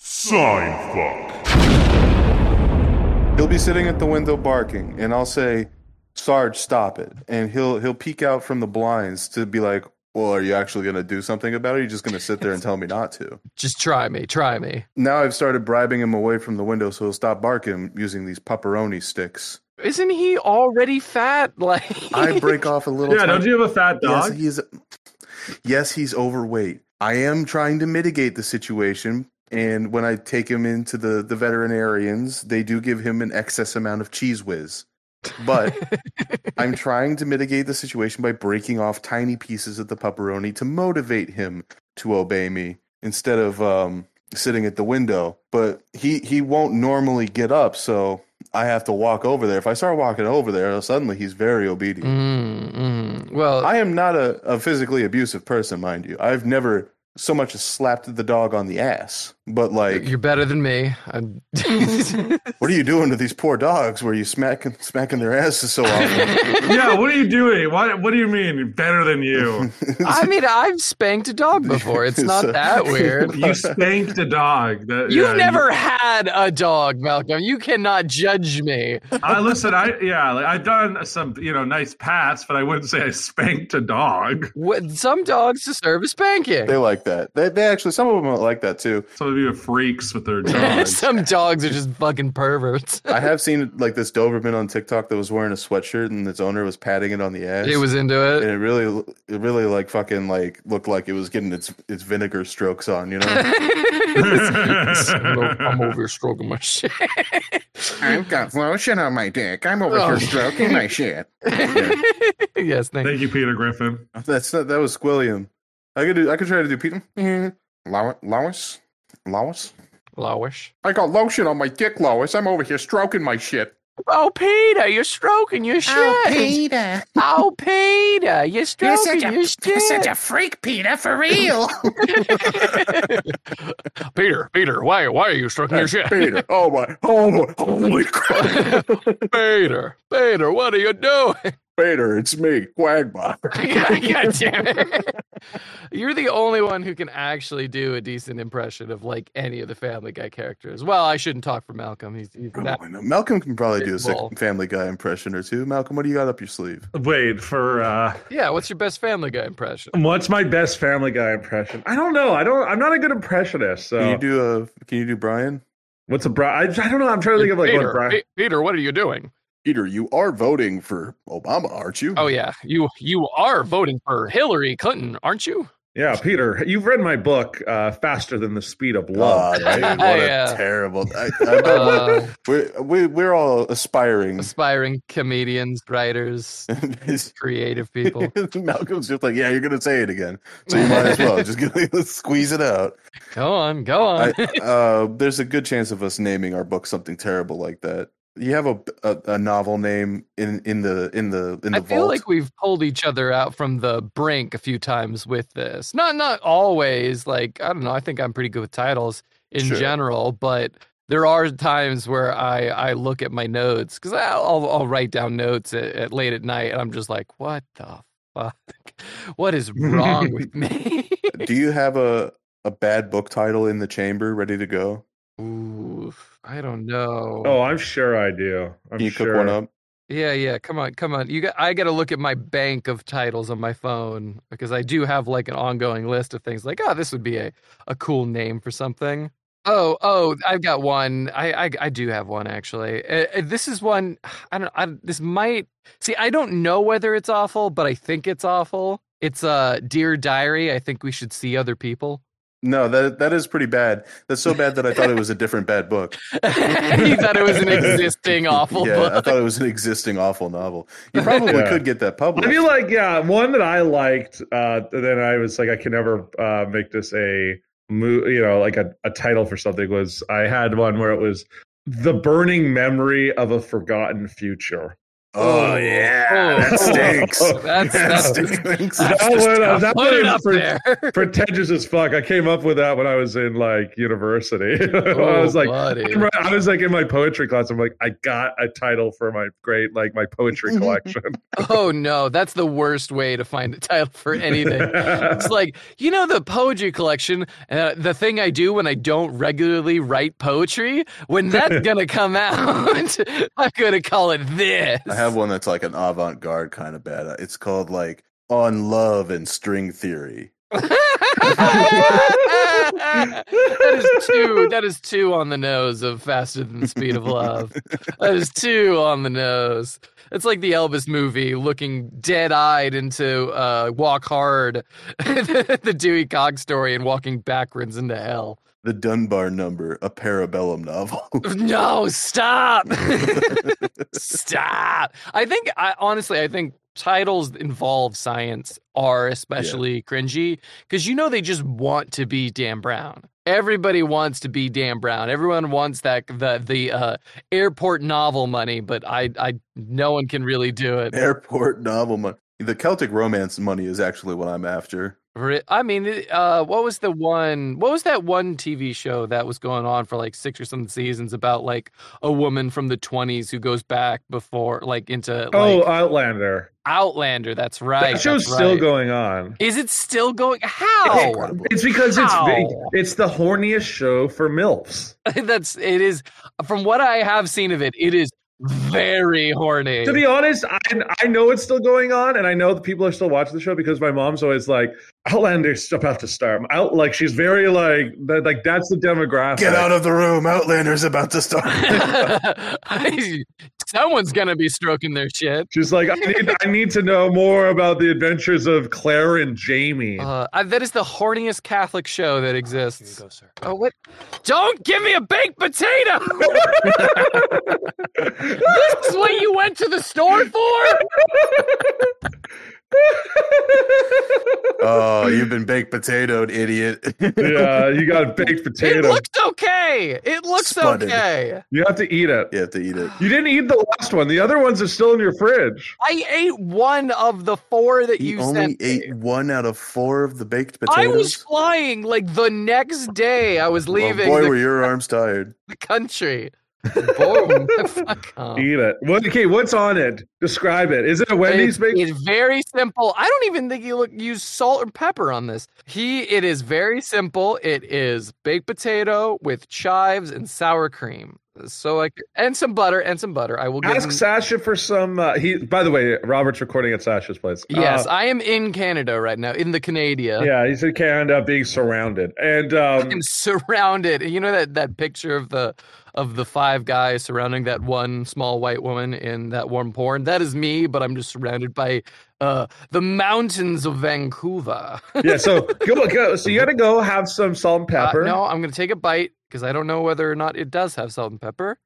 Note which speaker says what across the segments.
Speaker 1: Sign fuck.
Speaker 2: He'll be sitting at the window barking, and I'll say, "Sarge, stop it!" And he'll he'll peek out from the blinds to be like, "Well, are you actually going to do something about it? Or are you just going to sit there and tell me not to?"
Speaker 3: Just try me, try me.
Speaker 2: Now I've started bribing him away from the window, so he'll stop barking using these pepperoni sticks.
Speaker 3: Isn't he already fat? Like
Speaker 2: I break off a little.
Speaker 4: Yeah,
Speaker 2: tiny-
Speaker 4: don't you have a fat
Speaker 2: Yes,
Speaker 4: dog?
Speaker 2: he's yes, he's overweight. I am trying to mitigate the situation, and when I take him into the the veterinarians, they do give him an excess amount of cheese whiz. But I'm trying to mitigate the situation by breaking off tiny pieces of the pepperoni to motivate him to obey me instead of um, sitting at the window. But he he won't normally get up, so I have to walk over there. If I start walking over there, suddenly he's very obedient.
Speaker 3: Mm, mm. Well,
Speaker 2: I am not a, a physically abusive person, mind you. I've never so much as slapped the dog on the ass. But like,
Speaker 3: you're better than me. I'm
Speaker 2: what are you doing to these poor dogs? Where you smacking smacking their asses so often?
Speaker 4: yeah, what are you doing? What What do you mean better than you?
Speaker 3: I mean, I've spanked a dog before. It's not
Speaker 2: So-
Speaker 3: that weird.
Speaker 4: You spanked a dog. That,
Speaker 3: You've
Speaker 4: yeah,
Speaker 3: never had a dog, Malcolm. You cannot judge me.
Speaker 4: I listen. I yeah. Like, I've done some you know nice pats, but I wouldn't say I spanked a dog.
Speaker 3: What, some dogs deserve a spanking.
Speaker 2: they like that. They, they actually some of them like that too.
Speaker 4: Some of you are freaks with their dogs.
Speaker 3: some dogs are just fucking perverts.
Speaker 2: I have seen like this Doberman on TikTok that was wearing a sweatshirt and its owner was patting it on the ass.
Speaker 3: It was into
Speaker 2: And
Speaker 3: it.
Speaker 2: it really, it really like fucking like looked like it was getting its its vinegar strokes on, you know.
Speaker 3: I'm o- I'm over here stroking my shit.
Speaker 5: I've got lotion on my dick. I'm over
Speaker 3: Oh.
Speaker 5: here stroking my shit.
Speaker 3: yes, thank you.
Speaker 4: Thank you, Peter Griffin.
Speaker 2: That's not, that was Squilliam. I could do, I could try to do Pete.
Speaker 5: Lo- Lois? Lois?
Speaker 3: Lowish.
Speaker 5: I got lotion on my dick, Lois. I'm over here stroking my shit.
Speaker 3: Oh, Peter, you're stroking your shit.
Speaker 5: Oh, Peter.
Speaker 3: Oh, Peter, you're stroking your shit.
Speaker 5: freak, Peter, for real.
Speaker 3: Peter, Peter, why, why are you stroking your shit?
Speaker 2: Peter. Oh my, oh my, holy crap.
Speaker 3: Peter, Peter, what are you doing?
Speaker 2: Peter, it's me, Quagmire.
Speaker 3: God damn it. You're the only one who can actually do a decent impression of like any of the Family Guy characters. Well, I shouldn't talk for Malcolm. He's, he's
Speaker 5: Oh.
Speaker 3: that.
Speaker 2: Probably not. Malcolm can probably do a sick
Speaker 3: Well.
Speaker 2: Family Guy impression or two. Malcolm, what do you got up your sleeve?
Speaker 4: Wait for uh,
Speaker 3: Yeah, what's your best Family Guy impression?
Speaker 4: what's my best Family Guy impression? I don't know. I don't. I'm not a good impressionist. So
Speaker 2: Can you do a? Can you do Brian?
Speaker 4: what's a bra? I, I don't know. I'm trying to think of like
Speaker 3: Peter,
Speaker 4: what bra.
Speaker 3: Pe- Peter, what are you doing?
Speaker 2: Peter, you are voting for Obama, aren't you?
Speaker 3: Oh yeah, you you are voting for Hillary Clinton, aren't you?
Speaker 4: Yeah, Peter, you've read my book, uh, Faster Than the Speed of
Speaker 2: God,
Speaker 4: Love.
Speaker 2: dude, what
Speaker 3: Oh. Yeah.
Speaker 2: a terrible! I, I bet
Speaker 3: Uh,
Speaker 2: we're, we, we're all aspiring.
Speaker 3: aspiring comedians, writers, creative people.
Speaker 2: Malcolm's just like, yeah, you're gonna say it again, so you might as well just gonna squeeze it out.
Speaker 3: Go on, go
Speaker 2: I,
Speaker 3: on.
Speaker 2: uh, there's a good chance of us naming our book something terrible like that. You have a a, a novel name in in the in the in the
Speaker 3: I
Speaker 2: vault.
Speaker 3: feel like we've pulled each other out from the brink a few times with this. Not not always. Like I don't know. I think I'm pretty good with titles in
Speaker 2: Sure.
Speaker 3: general, but there are times where I I look at my notes because I'll I'll write down notes at, at late at night, and I'm just like, what the fuck? What is wrong with me?
Speaker 2: Do you have a a bad book title in the chamber ready to go?
Speaker 3: Ooh, I don't know.
Speaker 4: Oh, I'm sure I do. I'm
Speaker 2: Can you
Speaker 4: sure.
Speaker 2: cook one up?
Speaker 3: Yeah, yeah. Come on, come on. You got. I got to look at my bank of titles on my phone because I do have like an ongoing list of things. Like, oh, this would be a, a cool name for something. Oh, oh, I've got one. I, I, I do have one actually. Uh, uh, this is one. I don't. I, this might. See, I don't know whether it's awful, but I think it's awful. It's uh, dear diary. I think we should see other people.
Speaker 2: No, that that is pretty bad. That's so bad that I thought it was a different bad book.
Speaker 3: you thought it was an existing awful
Speaker 2: yeah, I
Speaker 3: book.
Speaker 2: thought it was an existing awful novel. You probably
Speaker 4: Yeah.
Speaker 2: could get that
Speaker 4: I
Speaker 2: published.
Speaker 4: feel like yeah, one that I liked. Uh, then I was like, I can never uh, make this a mo- you know, like a, a title for something. Was I had one where it was the burning memory of a forgotten future.
Speaker 2: Oh,
Speaker 3: Oh,
Speaker 2: yeah,
Speaker 3: oh,
Speaker 2: that stinks.
Speaker 4: oh,
Speaker 3: That's,
Speaker 2: that
Speaker 3: that's, that's
Speaker 2: stinks.
Speaker 4: That
Speaker 3: just
Speaker 4: one- uh,
Speaker 3: tough.
Speaker 4: that
Speaker 3: Put it
Speaker 4: one
Speaker 3: up
Speaker 4: for-
Speaker 3: there.
Speaker 4: pretentious as fuck. I came up with that when I was in like university. I
Speaker 3: Oh,
Speaker 4: was like,
Speaker 3: buddy.
Speaker 4: I was like in my poetry class. I'm like, I got a title for my great like my poetry collection.
Speaker 3: oh no, that's the worst way to find a title for anything. it's like you know the poetry collection uh, the thing i do when i don't regularly write poetry when that's gonna come out i'm gonna call it this
Speaker 2: I have one that's like an avant garde kind of bad. uh, It's called like On Love and String Theory.
Speaker 3: that is two that is two on the nose of faster than the speed of love that is two on the nose it's like the elvis movie looking dead-eyed into uh, walk hard the dewey cox story and walking backwards into hell
Speaker 2: The Dunbar Number, a Parabellum novel.
Speaker 3: No, stop. stop. I think I honestly I think titles that involve science are especially cringy because you know they just want to be Dan Brown. Everybody wants to be Dan Brown. Everyone wants that the the uh, airport novel money, but I I no one can really do it.
Speaker 2: Airport novel money. The Celtic romance money is actually what I'm after.
Speaker 3: Ri- I mean, uh, what was the one? What was that one TV show that was going on for like six or some seasons about like a woman from the twenties who goes back before like into like
Speaker 4: oh, Outlander.
Speaker 3: Outlander? That's right.
Speaker 4: that show's
Speaker 3: that's
Speaker 4: still
Speaker 3: right.
Speaker 4: going on.
Speaker 3: Is it still going?
Speaker 2: It's
Speaker 3: How?
Speaker 2: incredible.
Speaker 4: It's because
Speaker 3: How?
Speaker 4: it's it's the horniest show for milfs.
Speaker 3: that's it is. From what I have seen of it, it is very horny.
Speaker 4: To be honest, I, I know it's still going on, and I know that people are still watching the show because my mom's always like, "Outlander's about to start." Out like she's very like that, like that's the demographic.
Speaker 2: Get out of the room. Outlander's about to start.
Speaker 3: Someone's gonna be stroking their shit.
Speaker 4: She's like, I need, I need to know more about the adventures of Claire and Jamie.
Speaker 3: Uh, I- that is the horniest Catholic show that
Speaker 1: Here you
Speaker 3: exists.
Speaker 1: go, sir.
Speaker 3: Oh, what? Don't give me a baked potato! this is what you went to the store for? Uh-huh.
Speaker 2: oh, you've been baked potatoed, idiot.
Speaker 4: yeah, you got a baked
Speaker 3: It
Speaker 4: potato.
Speaker 3: looks okay. It looks
Speaker 2: Splendid.
Speaker 3: okay.
Speaker 4: you have to eat it.
Speaker 2: you have to eat it.
Speaker 4: You didn't eat the last one. The other ones are still in your fridge.
Speaker 3: I ate one of the four that
Speaker 2: He
Speaker 3: you
Speaker 2: only
Speaker 3: sent. me.
Speaker 2: ate one out of four of the baked
Speaker 3: I
Speaker 2: potatoes.
Speaker 3: was flying like the next day. I was
Speaker 2: Well,
Speaker 3: leaving
Speaker 2: boy,
Speaker 3: the,
Speaker 2: were your arms tired.
Speaker 3: the country. Boom. Fuck off.
Speaker 4: Eat it. What, okay, what's on it? Describe it. Is it a Wendy's
Speaker 3: It-
Speaker 4: baked?
Speaker 3: It's very simple. I don't even think you look use salt or pepper on this. He it is very simple. It is baked potato with chives and sour cream. So like and some butter and some butter. I will give
Speaker 4: Ask
Speaker 3: him-
Speaker 4: Sasha for some. Uh, he. By the way, Robert's recording at Sasha's place.
Speaker 3: Yes,
Speaker 4: Uh,
Speaker 3: I am in Canada right now, in the Canada.
Speaker 4: yeah, he's in Canada being surrounded, and um,
Speaker 3: I'm surrounded. You know that that picture of the of the five guys surrounding that one small white woman in that warm porn. That is me, but I'm just surrounded by uh, the mountains of Vancouver.
Speaker 4: yeah. So go, go. So you got to go have some salt and
Speaker 3: Uh,
Speaker 4: pepper.
Speaker 3: no, I'm going to take a bite because I don't know whether or not it does have salt and pepper.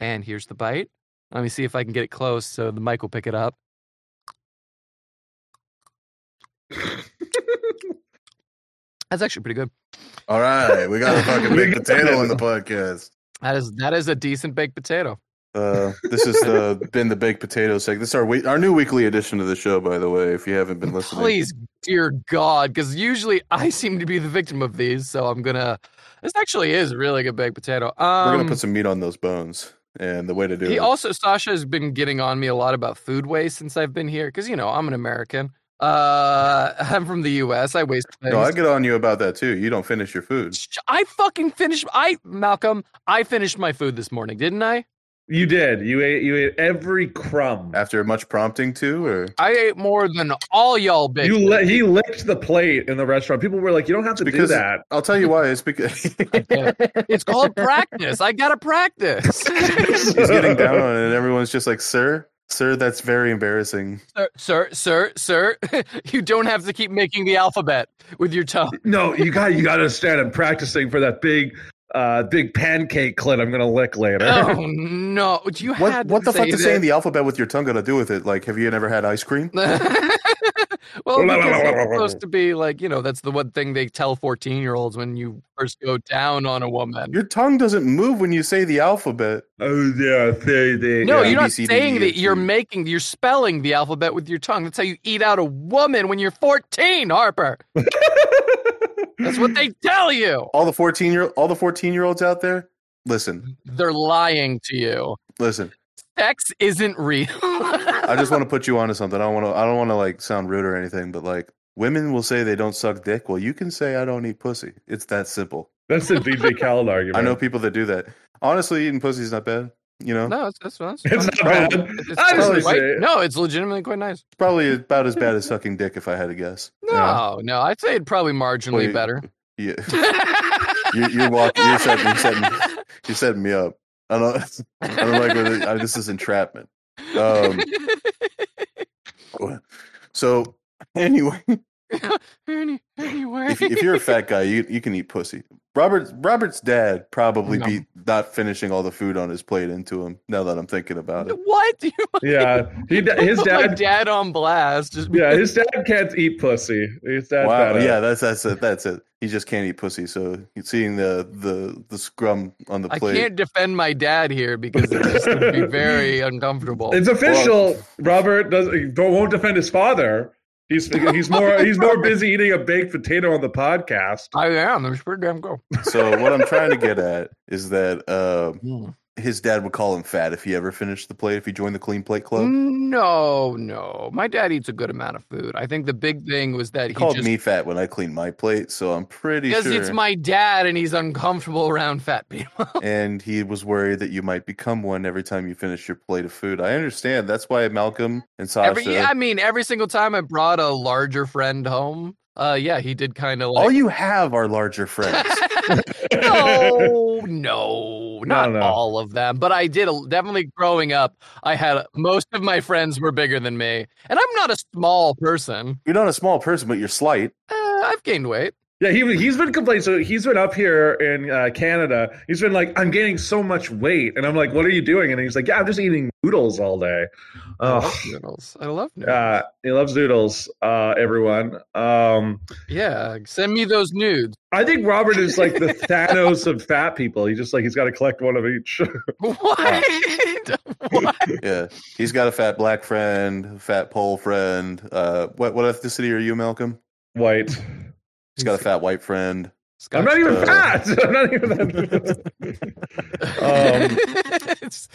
Speaker 3: And here's the bite. Let me see if I can get it close so the mic will pick it up. That's actually pretty good.
Speaker 2: All right, we got a fucking
Speaker 4: We
Speaker 2: baked
Speaker 4: got
Speaker 2: potato
Speaker 4: it.
Speaker 2: in the podcast.
Speaker 3: That is that is a decent baked potato.
Speaker 2: Uh, this has the, been the baked potato segment. This is our we- our new weekly edition of the show, by the way. If you haven't been listening,
Speaker 3: Please, dear God, because usually I seem to be the victim of these. So I'm gonna. This actually is a really good baked potato. Um,
Speaker 2: we're gonna put some meat on those bones, and the way to do
Speaker 3: He
Speaker 2: it.
Speaker 3: also Sasha has been getting on me a lot about food waste since I've been here because you know I'm an American. Uh, I'm from the U.S. I waste. Things.
Speaker 2: no, I get on you about that too. You don't finish your food.
Speaker 3: Sh- I fucking finished. I Malcolm, I finished my food this morning, didn't I?
Speaker 4: You did. You ate. You ate every crumb.
Speaker 2: After much prompting, too, or
Speaker 3: I ate more than all y'all bitches.
Speaker 4: You li- he licked the plate in the restaurant. People were like, "You don't have to
Speaker 2: Because-
Speaker 4: do that."
Speaker 2: I'll tell you why. It's because
Speaker 3: I can't. it's called practice. I gotta practice.
Speaker 2: he's getting down on it, and everyone's just like, "Sir, sir, that's very embarrassing."
Speaker 3: sir, sir, sir, sir, you don't have to keep making the alphabet with your tongue.
Speaker 4: No, you got. You got to stand and practicing for that big, uh, big pancake clit. I'm gonna lick later.
Speaker 3: Oh no! You
Speaker 2: What
Speaker 3: had
Speaker 2: what the fuck
Speaker 3: say
Speaker 2: is saying
Speaker 3: that.
Speaker 2: the alphabet with your tongue got to do with it? Like, have you never had ice cream?
Speaker 3: Well, because that's supposed to be like you know that's the one thing they tell fourteen year olds when you first go down on a woman.
Speaker 2: Your tongue doesn't move when you say the alphabet.
Speaker 4: Oh, yeah, they, they,
Speaker 3: no,
Speaker 2: yeah,
Speaker 3: you're
Speaker 2: A,
Speaker 3: not
Speaker 2: B, C, D,
Speaker 3: saying
Speaker 2: E, F,
Speaker 3: that.
Speaker 2: G.
Speaker 3: You're making you're spelling the alphabet with your tongue. That's how you eat out a woman when you're fourteen, Harper. That's what they tell you.
Speaker 2: All the fourteen year all the fourteen year olds out there, listen,
Speaker 3: They're lying to you.
Speaker 2: listen.
Speaker 3: Sex isn't real.
Speaker 2: I just want to put you onto something. I don't want to. I don't want to like sound rude or anything, but like women will say they don't suck dick. Well, you can say I don't eat pussy. It's that simple.
Speaker 4: That's the DJ Khaled argument.
Speaker 2: I know people that do that. Honestly, eating pussy is not bad. You know,
Speaker 3: No, it's that's, that's
Speaker 4: It's
Speaker 3: fine.
Speaker 4: not bad.
Speaker 3: It's- it's
Speaker 4: Honestly,
Speaker 3: totally
Speaker 4: say
Speaker 3: quite-
Speaker 4: it.
Speaker 3: no, it's legitimately quite nice.
Speaker 2: probably about as bad as sucking dick, if I had to guess.
Speaker 3: No, no, I'd say it probably marginally
Speaker 2: Wait.
Speaker 3: better.
Speaker 2: Yeah, Yeah. You- you're walking- you're setting- you're setting- you're setting me up. I don't. I don't like where the- I, this is entrapment. Um, So anyway,
Speaker 3: Any- anyway,
Speaker 2: if, if you're a fat guy, you you can eat pussy. Robert Robert's dad probably
Speaker 3: No.
Speaker 2: be not finishing all the food on his plate into him. Now that I'm thinking about it,
Speaker 3: what? You
Speaker 4: Yeah, he, his
Speaker 3: put my
Speaker 4: dad.
Speaker 3: dad on blast. Just
Speaker 4: Yeah, his dad can't eat pussy. His dad's
Speaker 2: wow,
Speaker 4: bad at it.
Speaker 2: yeah, that's that's it, that's it. He just can't eat pussy. So he's seeing the the the scrum on the
Speaker 3: I
Speaker 2: plate.
Speaker 3: can't defend my dad here because it just would be very uncomfortable.
Speaker 4: It's official. Robert does he don't- won't defend his father. He's he's more he's more busy eating a baked potato on the podcast.
Speaker 3: I am. It's pretty damn cool.
Speaker 2: So what I'm trying to get at is that um his dad would call him fat if he ever finished the plate. If he joined the clean plate
Speaker 3: Mm.
Speaker 2: club,
Speaker 3: No, no. My dad eats a good amount of food. I think the big thing was that
Speaker 2: he
Speaker 3: he
Speaker 2: called
Speaker 3: just
Speaker 2: me fat when I cleaned my plate. So I'm pretty
Speaker 3: because
Speaker 2: sure.
Speaker 3: it's my dad and he's uncomfortable around fat people.
Speaker 2: and he was worried that you might become one every time you finish your plate of food. I understand. That's why Malcolm and Sasha.
Speaker 3: Every, yeah, I mean, every single time I brought a larger friend home, uh, yeah, he did kind of
Speaker 2: all
Speaker 3: like.
Speaker 2: you have are larger friends.
Speaker 3: no, no, not
Speaker 4: no.
Speaker 3: all of them. But I did definitely growing up. I had most of my friends were bigger than me, and I'm not a small person.
Speaker 2: you're not a small person, but you're slight.
Speaker 3: Uh, I've gained weight.
Speaker 4: Yeah, he he's been complaining. So he's been up here in uh, Canada. He's been like, I'm gaining so much weight, and I'm like, what are you doing? And he's like, Yeah, I'm just eating noodles all day.
Speaker 3: I
Speaker 4: Oh,
Speaker 3: love noodles. I love noodles.
Speaker 4: uh, he loves noodles. Uh, everyone. Um,
Speaker 3: yeah, send me those nudes.
Speaker 4: I think Robert is like the Thanos of fat people. He just like he's got to collect one of each.
Speaker 3: What? what?
Speaker 2: Yeah, he's got a fat black friend, fat pole friend. Uh, what what ethnicity are you, Malcolm?
Speaker 4: White.
Speaker 2: He's got a fat white friend.
Speaker 4: I'm not even
Speaker 2: Uh,
Speaker 4: fat. I'm not even that. Um,
Speaker 3: It's-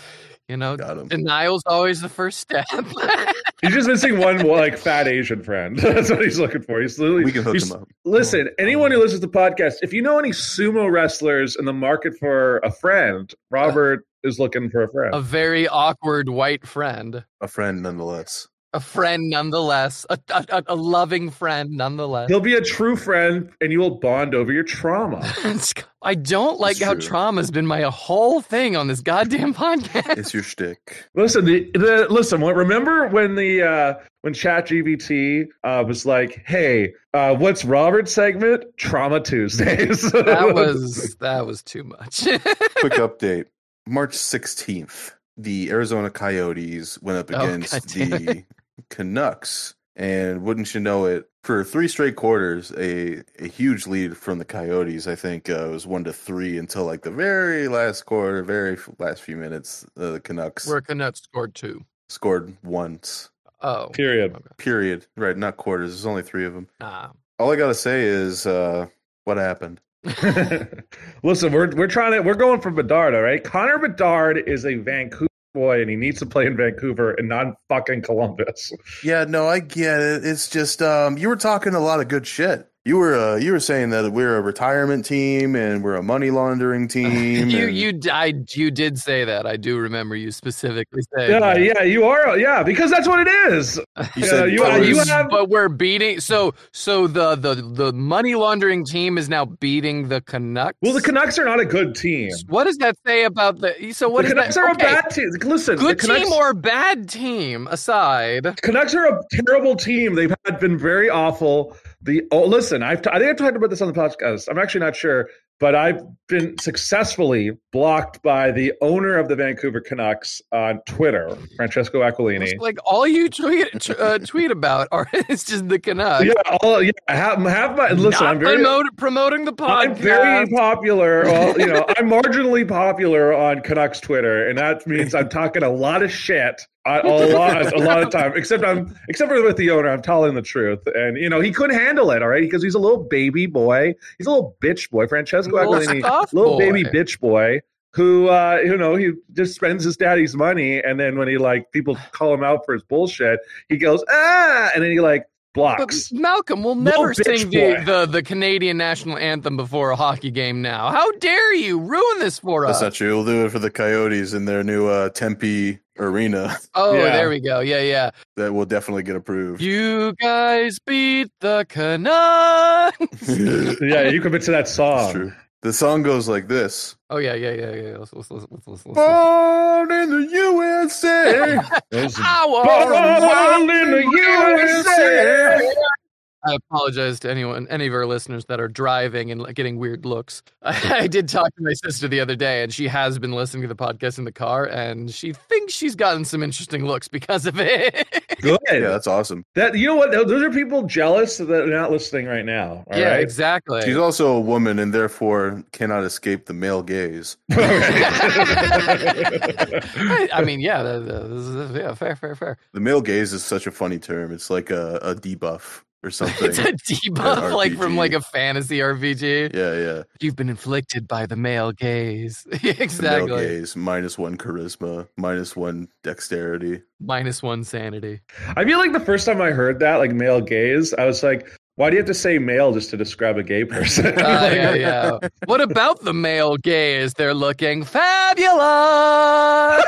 Speaker 3: you know,
Speaker 2: Got him.
Speaker 3: denial's always the first step.
Speaker 4: He's just missing one like fat Asian friend. That's what he's looking for. He's literally
Speaker 2: We can hook
Speaker 4: he's-
Speaker 2: him up.
Speaker 4: Listen,
Speaker 3: Oh,
Speaker 4: anyone who listens to the podcast, if you know any sumo wrestlers in the market for a friend, Robert is looking for a friend.
Speaker 3: a very awkward white friend,
Speaker 2: A friend, nonetheless.
Speaker 3: a friend nonetheless, a, a, a- a loving friend nonetheless.
Speaker 4: He'll be a true friend and you will bond over your trauma.
Speaker 3: I don't like
Speaker 2: It's
Speaker 3: how
Speaker 2: true.
Speaker 3: trauma's been my whole thing on this goddamn podcast.
Speaker 2: It's your shtick.
Speaker 4: Listen, the, the listen. What, remember when the uh, when ChatGPT uh, was like, "Hey, uh, what's Robert's segment? Trauma Tuesdays."
Speaker 3: that was that was too much.
Speaker 2: Quick update: March 16th, the Arizona Coyotes went up
Speaker 3: Oh,
Speaker 2: against
Speaker 3: God damn
Speaker 2: the Canucks, and wouldn't you know it, for three straight quarters, a a huge lead from the Coyotes. I think uh, it was one to three until like the very last quarter, very f- last few minutes, uh, the Canucks
Speaker 3: Where Canucks scored two.
Speaker 2: scored once.
Speaker 3: Oh,
Speaker 4: period.
Speaker 3: okay.
Speaker 2: Period. Right, not quarters. There's only three of them.
Speaker 3: nah.
Speaker 2: All I gotta say is, uh, what happened?
Speaker 4: Listen, we're we're trying to we're going for Bedard, all right? Connor Bedard is a Vancouver boy and he needs to play in Vancouver and not fucking Columbus.
Speaker 2: Yeah, no, I get it. It's just um, you were talking a lot of good shit. You were uh, you were saying that we're a retirement team and we're a money laundering team.
Speaker 3: You
Speaker 2: and-
Speaker 3: you I, you did say that. I do remember you specifically saying.
Speaker 4: Yeah,
Speaker 3: that.
Speaker 4: yeah, you are yeah, because that's what it is.
Speaker 2: you
Speaker 4: yeah,
Speaker 2: said
Speaker 4: you
Speaker 2: Taurus-
Speaker 4: are- you
Speaker 2: you,
Speaker 4: have-
Speaker 3: but we're beating. So so the the the money laundering team is now beating the Canucks.
Speaker 4: Well, the Canucks are not a good team.
Speaker 3: What does that say about the? So what
Speaker 4: the
Speaker 3: is
Speaker 4: Canucks
Speaker 3: that?
Speaker 4: are
Speaker 3: okay,
Speaker 4: a bad team. Listen,
Speaker 3: good
Speaker 4: the Canucks,
Speaker 3: team or bad team aside.
Speaker 4: Canucks are a terrible team. They've had been very awful. the oh, listen, I've t- I think I've talked about this on the podcast. I'm actually not sure, but I've been successfully blocked by the owner of the Vancouver Canucks on Twitter, Francesco Aquilini.
Speaker 3: It's like all you tweet tw- uh, tweet about are it's just the Canucks.
Speaker 4: Yeah, all yeah, have, have my listen.
Speaker 3: Not
Speaker 4: I'm very
Speaker 3: promote- promoting the podcast.
Speaker 4: I'm very popular. Well, you know, I'm marginally popular on Canucks Twitter, and that means I'm talking a lot of shit a, a lot, a lot of time. Except I'm, except for with the owner, I'm telling the truth, and you know he couldn't handle it. All right, because he's a little baby boy. He's a little bitch boy, Francesco
Speaker 3: Little
Speaker 4: Aquilini,
Speaker 3: stuff
Speaker 4: little
Speaker 3: boy.
Speaker 4: baby bitch boy. Who uh, you know he just spends his daddy's money, and then when he like people call him out for his bullshit, he goes ah, and then he like
Speaker 3: But
Speaker 4: blocks.
Speaker 3: Malcolm will
Speaker 4: Little
Speaker 3: never
Speaker 4: bitch
Speaker 3: sing the,
Speaker 4: boy.
Speaker 3: the, the Canadian national anthem before a hockey game now. How dare you ruin this for
Speaker 2: That's
Speaker 3: us?
Speaker 2: not true. We'll do it for the Coyotes in their new uh, Tempe arena.
Speaker 3: oh,
Speaker 4: Yeah.
Speaker 3: there we go. Yeah, yeah.
Speaker 2: That will definitely get approved.
Speaker 3: You guys beat the Canucks.
Speaker 2: That's
Speaker 4: yeah, you commit to that song.
Speaker 2: true. Um, The song goes like this.
Speaker 3: Oh yeah, yeah, yeah, yeah. Let's let's let's let's. let's, let's.
Speaker 2: Born in the USA.
Speaker 4: Those-
Speaker 3: I was-
Speaker 4: Born in the USA.
Speaker 3: I apologize to anyone, any of our listeners that are driving and like, getting weird looks. I, did talk to my sister the other day, and she has been listening to the podcast in the car, and she thinks she's gotten some interesting looks because of it.
Speaker 4: Good.
Speaker 2: Yeah, that's awesome.
Speaker 4: That you know what? Those are people jealous that are not listening right now. All
Speaker 3: yeah,
Speaker 4: right?
Speaker 3: exactly.
Speaker 2: She's also a woman and therefore cannot escape the male gaze.
Speaker 3: I, I mean, yeah, that, that- this is- yeah, fair, fair, fair.
Speaker 2: The male gaze is such a funny term. It's like a, a debuff or something.
Speaker 3: It's a debuff, like from
Speaker 2: RPG.
Speaker 3: like a fantasy RPG.
Speaker 2: yeah, yeah.
Speaker 3: You've been inflicted by the male gaze.
Speaker 2: The male
Speaker 3: exactly.
Speaker 2: gaze, minus one charisma, minus one dexterity.
Speaker 3: Minus one sanity.
Speaker 4: I feel like the first time I heard that, like male gaze, I was like, why do you have to say male just to describe a gay person?
Speaker 3: Uh, yeah, yeah. What about the male gaze? They're looking fabulous.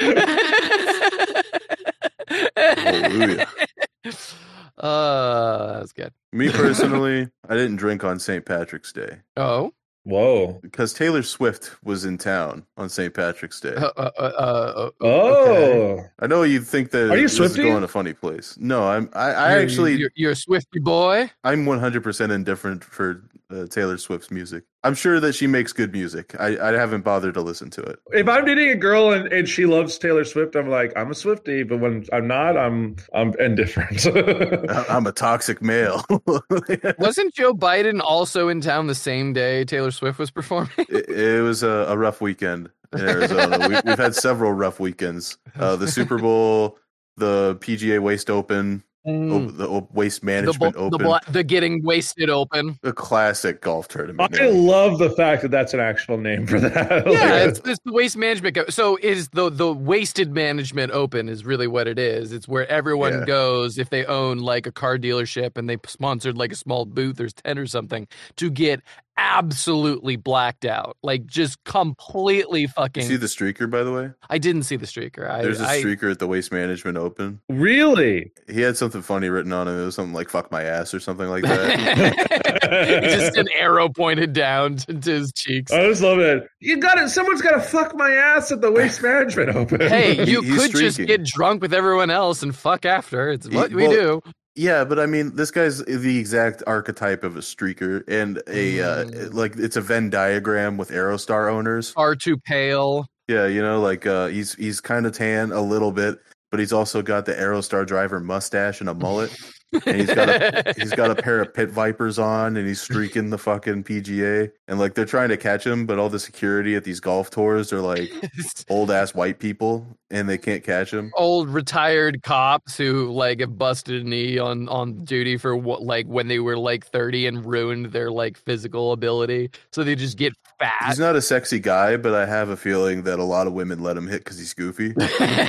Speaker 2: Hallelujah.
Speaker 3: Uh, that's good.
Speaker 2: Me personally, I didn't drink on St. Patrick's Day
Speaker 3: Oh,
Speaker 4: Whoa.
Speaker 2: because Taylor Swift was in town on St. Patrick's Day.
Speaker 3: uh, uh, uh, uh,
Speaker 4: Oh.
Speaker 2: I know you'd think that
Speaker 4: Are you
Speaker 2: this is
Speaker 4: Swiftie?
Speaker 2: going a funny place. No, I'm. I, I
Speaker 3: you're-
Speaker 2: actually,
Speaker 3: you're, you're a Swifty boy.
Speaker 2: I'm 100 percent indifferent for uh, Taylor Swift's music. I'm sure that she makes good music. I, I haven't bothered to listen to it.
Speaker 4: If I'm dating a girl and, and she loves Taylor Swift, I'm like, I'm a Swifty, but when I'm not, I'm I'm indifferent.
Speaker 2: I- I'm a toxic male. it,
Speaker 3: Wasn't Joe Biden also in town the same day Taylor Swift was performing?
Speaker 2: it was a, a rough weekend in Arizona. we, we've had several rough weekends. Uh, the Super Bowl, the PGA Waste Open, o- Oh, the o- Waste
Speaker 3: Hmm. The,
Speaker 2: Management
Speaker 3: bu- the,
Speaker 2: Open,
Speaker 3: bla- the getting wasted open.
Speaker 2: the classic golf tournament.
Speaker 4: I love the fact that that's an actual name for that. Like,
Speaker 2: uh,
Speaker 3: Yeah, it's, it's the waste management. go- So is the the wasted management open is really what it is. It's where everyone
Speaker 2: Yeah.
Speaker 3: goes if they own like a car dealership and they sponsored like a small booth or tent or something to get absolutely blacked out, like just completely
Speaker 2: You
Speaker 3: fucking.
Speaker 2: see the streaker, by the way.
Speaker 3: I didn't see the streaker. I,
Speaker 2: There's a
Speaker 3: I-
Speaker 2: streaker at the Waste Management Open.
Speaker 4: really?
Speaker 2: He had something funny written on him. It was something like "fuck my ass" or something like that.
Speaker 3: It's just an arrow pointed down to, to his cheeks.
Speaker 4: I just love it. You got it. Someone's got to fuck my ass at the waste management open.
Speaker 3: Hey, you
Speaker 2: he's
Speaker 3: could just
Speaker 2: streaking.
Speaker 3: get drunk with everyone else and fuck after. It's
Speaker 2: He-
Speaker 3: what we
Speaker 2: well,
Speaker 3: do.
Speaker 2: yeah, but I mean, this guy's the exact archetype of a streaker, and a uh,
Speaker 3: Mm. Oh.
Speaker 2: like it's a Venn diagram with Aerostar owners.
Speaker 3: Are too pale.
Speaker 2: Yeah, you know, like uh, he's he's kind of tan a little bit, but he's also got the Aerostar driver mustache and a mullet. And he's got a he's got a pair of pit vipers on, and he's streaking the fucking PGA. And like they're trying to catch him, but all the security at these golf tours are like old ass white people, and they can't catch him.
Speaker 3: old retired cops who like have busted a knee on on duty for what like when they were like 30 and ruined their like physical ability so they just get fat
Speaker 2: He's not a sexy guy, but I have a feeling that a lot of women let him hit because he's goofy.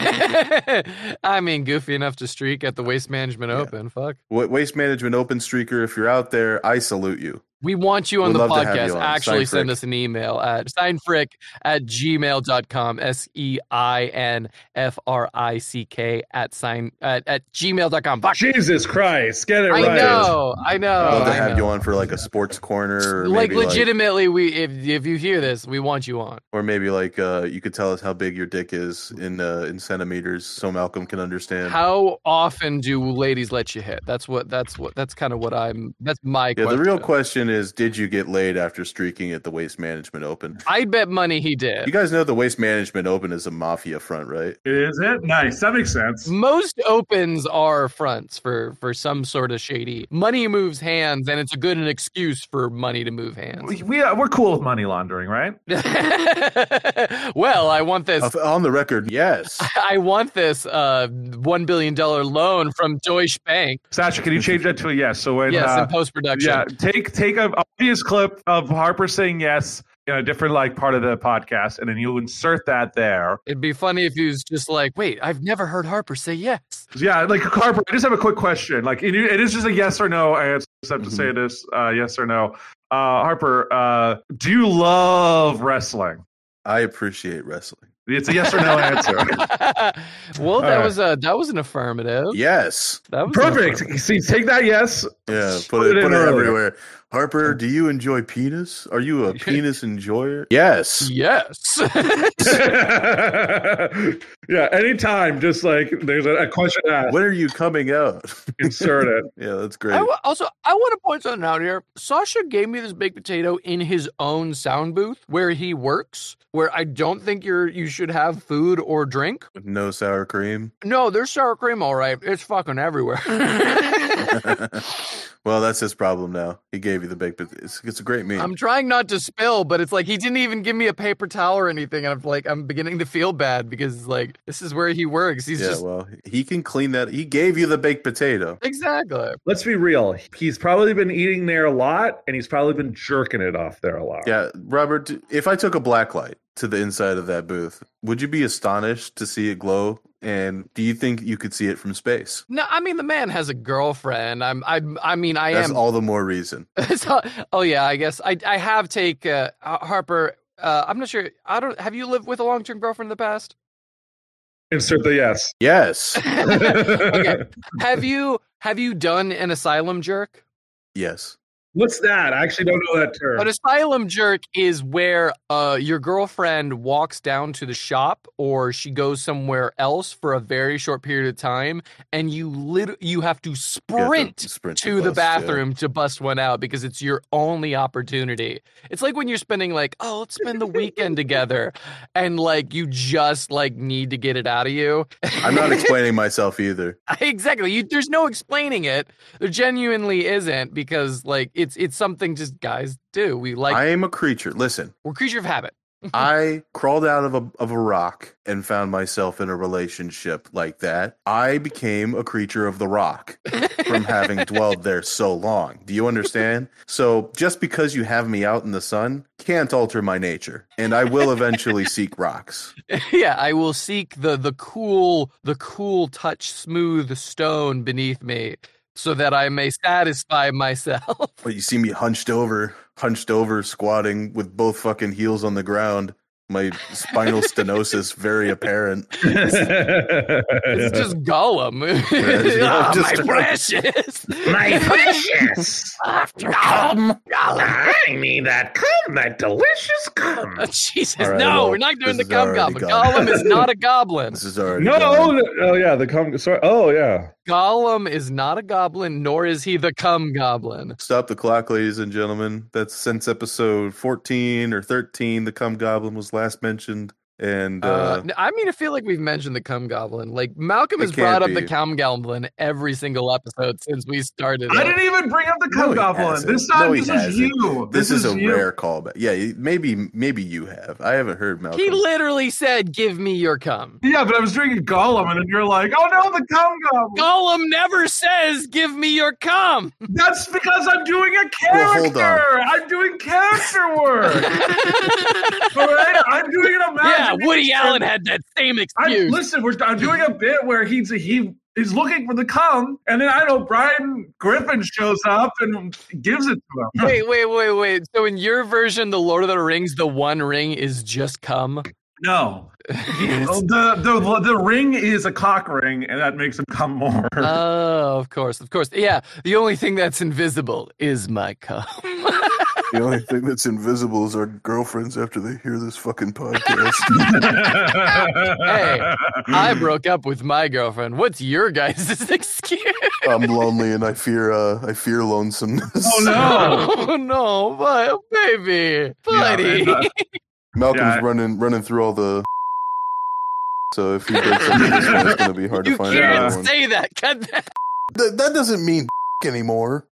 Speaker 3: i mean goofy enough to streak at the waste management
Speaker 2: Yeah.
Speaker 3: open fuck
Speaker 2: Wa- Waste Management Open Streaker, if you're out there, I salute you.
Speaker 3: We want you on
Speaker 2: We'd
Speaker 3: the
Speaker 2: love to have you
Speaker 3: podcast.
Speaker 2: on.
Speaker 3: Actually, send
Speaker 2: Steinfrick.
Speaker 3: us an email at steinfrick at gmail.com. S E I N F R I C K at sign at, at gmail.com. Fuck.
Speaker 4: Jesus Christ, get it
Speaker 3: I
Speaker 4: right.
Speaker 3: know. I know.
Speaker 2: I'd love to
Speaker 3: Oh, I
Speaker 2: have
Speaker 3: know.
Speaker 2: you on for like a sports corner, or
Speaker 3: like
Speaker 2: maybe like,
Speaker 3: legitimately, we if if you hear this, we want you on.
Speaker 2: or maybe like uh, you could tell us how big your dick is in uh, in centimeters, so Malcolm can understand.
Speaker 3: How often do ladies let you hit? That's what. That's what. That's kind of what I'm. That's my.
Speaker 2: yeah,
Speaker 3: question.
Speaker 2: the real question is, did you get laid after streaking at the Waste Management Open?
Speaker 3: I bet money he
Speaker 2: You
Speaker 3: did.
Speaker 2: guys know the Waste Management Open is a mafia front, right?
Speaker 4: Is it nice? That makes sense.
Speaker 3: Most opens are fronts for for some sort of shady money moves hands, and it's a good an excuse for money to move hands.
Speaker 4: We, we are, we're cool with money laundering, right?
Speaker 3: well, I want this.
Speaker 2: Of- on the record, yes.
Speaker 3: I want this uh, one billion dollar loan from Deutsche Bank.
Speaker 4: Sasha, can you change that to a yes? So when
Speaker 3: yes,
Speaker 4: uh,
Speaker 3: in post production.
Speaker 4: yeah, take take an obvious clip of Harper saying yes in a different like part of the podcast, and then you insert that there.
Speaker 3: It'd be funny if he was just like, "Wait, I've never heard Harper say yes."
Speaker 4: Yeah, like Harper, I just have a quick question. Like it, it is just a yes or no. I just have to
Speaker 2: Mhm.
Speaker 4: say this, uh, yes or no. Uh, Harper, uh, do you love wrestling?
Speaker 2: I appreciate wrestling.
Speaker 4: It's a yes or no answer.
Speaker 3: well, that
Speaker 4: right.
Speaker 3: was a that was an affirmative.
Speaker 2: Yes.
Speaker 3: That was an affirmative.
Speaker 4: Perfect. See, take that yes.
Speaker 2: Yeah,
Speaker 4: Just
Speaker 2: put
Speaker 4: put
Speaker 2: it,
Speaker 4: it
Speaker 2: put
Speaker 4: in
Speaker 2: it
Speaker 4: earlier.
Speaker 2: everywhere. Harper, do you enjoy penis? Are you a penis enjoyer? Yes.
Speaker 3: Yes.
Speaker 4: yeah, anytime, just like there's a, a question asked,
Speaker 2: When are you coming out?
Speaker 4: insert it.
Speaker 2: yeah, that's
Speaker 3: I
Speaker 2: great.
Speaker 3: w- also, I want to point something out here. Sasha gave me this baked potato in his own sound booth where he works, where I don't think you're you should have food or drink.
Speaker 2: No sour cream.
Speaker 3: No, there's sour cream, all right. It's fucking everywhere.
Speaker 2: well, that's his problem now. He gave you the baked potato. It's, it's a great meme.
Speaker 3: I'm trying not to spill, but it's like he didn't even give me a paper towel or anything. And I'm like, I'm beginning to feel bad because like this is where he works. He's
Speaker 2: yeah,
Speaker 3: just
Speaker 2: well, he can clean that. He gave you the baked potato.
Speaker 3: exactly.
Speaker 4: Let's be real. He's probably been eating there a lot, and he's probably been jerking it off there a lot.
Speaker 2: Yeah, Robert, if I took a black light to the inside of that booth, would you be astonished to see it glow? And do you think you could see it from space?
Speaker 3: No, I mean the man has a girlfriend. I'm, I'm, I mean, I
Speaker 2: That's
Speaker 3: am.
Speaker 2: all the more reason.
Speaker 3: So- oh yeah, I guess I I have take uh, Har- Harper. Uh, I'm not sure. I don't. Have you lived with a long term girlfriend in the past?
Speaker 4: Insert the yes.
Speaker 2: Yes.
Speaker 3: Okay. have you Have you done an asylum jerk?
Speaker 2: yes.
Speaker 4: What's that? I actually don't know that term.
Speaker 3: An asylum jerk is where uh, your girlfriend walks down to the shop or she goes somewhere else for a very short period of time, and you lit- you have to
Speaker 2: Yeah, the-
Speaker 3: sprint
Speaker 2: sprint
Speaker 3: to the
Speaker 2: bus, yeah.
Speaker 3: bathroom to bust one out because it's your only opportunity. It's like when you're spending like, oh, let's spend the weekend together, and like you just like need to get it out of you.
Speaker 2: I'm not explaining myself either.
Speaker 3: exactly. You, there's no explaining it. There genuinely isn't because like it's it's something just guys do. We like
Speaker 2: I am a creature. Listen,
Speaker 3: we're creature of habit.
Speaker 2: I crawled out of a of a rock and found myself in a relationship like that. I became a creature of the rock from having dwelled there so long. Do you understand? So just because you have me out in the sun can't alter my nature, and I will eventually seek rocks.
Speaker 3: yeah, I will seek the the cool the cool touch smooth stone beneath me so that I may satisfy myself.
Speaker 2: But you see me hunched over, hunched over, squatting with both fucking heels on the ground. My spinal stenosis very apparent.
Speaker 3: It's just Gollum.
Speaker 2: it's
Speaker 3: Ah,
Speaker 2: just-
Speaker 3: my precious.
Speaker 5: My precious. Come. I need that cum, that delicious cum.
Speaker 3: Oh, Jesus,
Speaker 2: All right,
Speaker 3: no,
Speaker 2: well,
Speaker 3: we're not doing the
Speaker 2: this is
Speaker 3: cum
Speaker 2: already
Speaker 3: goblin.
Speaker 2: gone.
Speaker 3: Gollum is not a goblin.
Speaker 2: This is already
Speaker 4: no.
Speaker 2: going.
Speaker 4: Oh yeah, the com- sorry. Oh yeah.
Speaker 3: Gollum is not a goblin, nor is he the cum goblin.
Speaker 2: Stop the clock, ladies and gentlemen. That's since episode 14 or 13, the cum goblin was last mentioned. And uh,
Speaker 3: Uh, n- I mean, I feel like we've mentioned the cum goblin. Like Malcolm
Speaker 2: It
Speaker 3: has brought
Speaker 2: can't
Speaker 3: up the
Speaker 2: be.
Speaker 3: cum goblin every single episode since we started.
Speaker 4: I
Speaker 3: it.
Speaker 4: didn't even bring up the
Speaker 2: No,
Speaker 4: cum
Speaker 2: he
Speaker 4: goblin.
Speaker 2: hasn't.
Speaker 4: This time,
Speaker 2: No, he
Speaker 4: this
Speaker 2: hasn't.
Speaker 4: is you.
Speaker 2: this, is, a
Speaker 4: you.
Speaker 2: rare callback. Yeah, maybe maybe you have. I haven't heard Malcolm.
Speaker 3: He literally said, "Give me your cum."
Speaker 4: Yeah, but I was drinking Gollum, and then you're like, "Oh no, the cum goblin."
Speaker 3: Gollum never says, "Give me your cum."
Speaker 4: That's because I'm doing a
Speaker 2: Well,
Speaker 4: character.
Speaker 2: hold on.
Speaker 4: I'm doing character work. All right, I'm doing an
Speaker 3: yeah,
Speaker 4: imagination.
Speaker 3: Woody Allen had that same
Speaker 4: I,
Speaker 3: excuse.
Speaker 4: listen, we're, I'm doing a bit where he's a, he He's looking for the cum, and then I know Brian Griffin shows up and gives it to him.
Speaker 3: Wait, wait, wait, wait. So in your version, the Lord of the Rings, the one ring is just cum.
Speaker 4: No, the, the the ring is a cock ring, and that makes him come more.
Speaker 3: Oh, of course, of course. Yeah, the only thing that's invisible is my cum.
Speaker 2: Mm. The only thing that's invisible is our girlfriends after they hear this fucking podcast.
Speaker 3: I broke up with my girlfriend. What's your guys' excuse?
Speaker 2: I'm lonely and I fear uh, I fear lonesomeness.
Speaker 4: Oh, no.
Speaker 3: Oh, no, but baby, buddy.
Speaker 4: man, uh,
Speaker 2: Malcolm's
Speaker 4: Yeah.
Speaker 2: running running through all the so if he breaks something this one, it's gonna be hard
Speaker 3: you
Speaker 2: to find
Speaker 3: can't
Speaker 2: another one.
Speaker 3: say that. Cut that.
Speaker 2: Th- that doesn't mean anymore.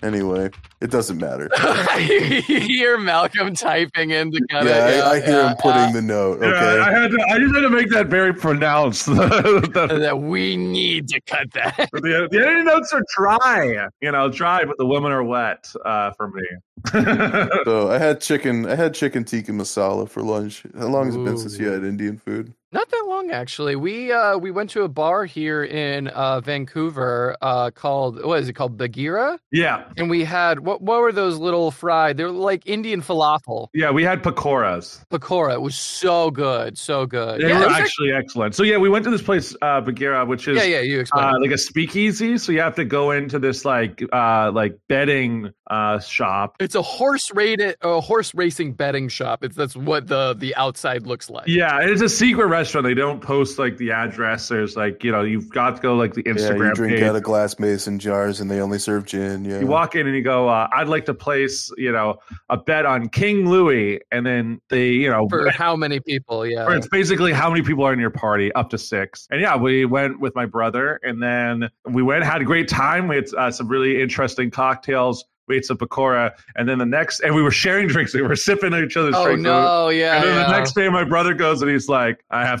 Speaker 2: Anyway, it doesn't matter.
Speaker 3: you hear Malcolm typing in to cut
Speaker 2: yeah,
Speaker 3: it.
Speaker 2: I, I hear
Speaker 3: yeah, uh,
Speaker 2: him putting the note.
Speaker 4: Yeah,
Speaker 2: Okay.
Speaker 4: I had to, I just had to make that very pronounced.
Speaker 3: yeah.
Speaker 4: the,
Speaker 3: uh, that we need to cut that.
Speaker 4: the, the editing notes are dry, you know, dry, but the women are wet uh, for me.
Speaker 2: so I had chicken. I had chicken tikka masala for lunch. How long has it been since you
Speaker 3: Ooh.
Speaker 2: had Indian food?
Speaker 3: Not that long actually. We uh we went to a bar here in uh Vancouver uh called what is it called Bagheera?
Speaker 4: yeah,
Speaker 3: And we had what what were those little fried? They're like Indian falafel.
Speaker 4: yeah, we had pakoras.
Speaker 3: Pakora it was so good, so good.
Speaker 4: They
Speaker 3: yeah,
Speaker 4: were
Speaker 3: it was
Speaker 4: actually excellent. So yeah, we went to this place, uh, Bagheera, which
Speaker 3: actually-
Speaker 4: is
Speaker 3: yeah, yeah, you explained.
Speaker 4: uh, like a speakeasy. So you have to go into this like uh, like betting uh, shop.
Speaker 3: it's a horse rated a horse racing betting shop. It's that's what the the outside looks like.
Speaker 4: Yeah, and it's a secret restaurant. They don't post like the address. There's like you know you've got to go like the Instagram.
Speaker 2: yeah, you drink
Speaker 4: page.
Speaker 2: out of glass mason jars, and they only serve gin. Yeah.
Speaker 4: You walk in and you go, uh, "I'd like to place you know a bet on King Louis," and then they you know
Speaker 3: For how many people?
Speaker 4: Or
Speaker 3: Yeah.
Speaker 4: it's basically how many people are in your party, up to six. And yeah, we went with my brother, and then we went, had a great time. We had uh, some really interesting cocktails. We ate some pakora, and then the next, and we were sharing drinks. We were sipping each other's
Speaker 3: Oh
Speaker 4: drinks.
Speaker 3: no, yeah.
Speaker 4: And then
Speaker 3: yeah.
Speaker 4: the next day, my brother goes and he's like, "I have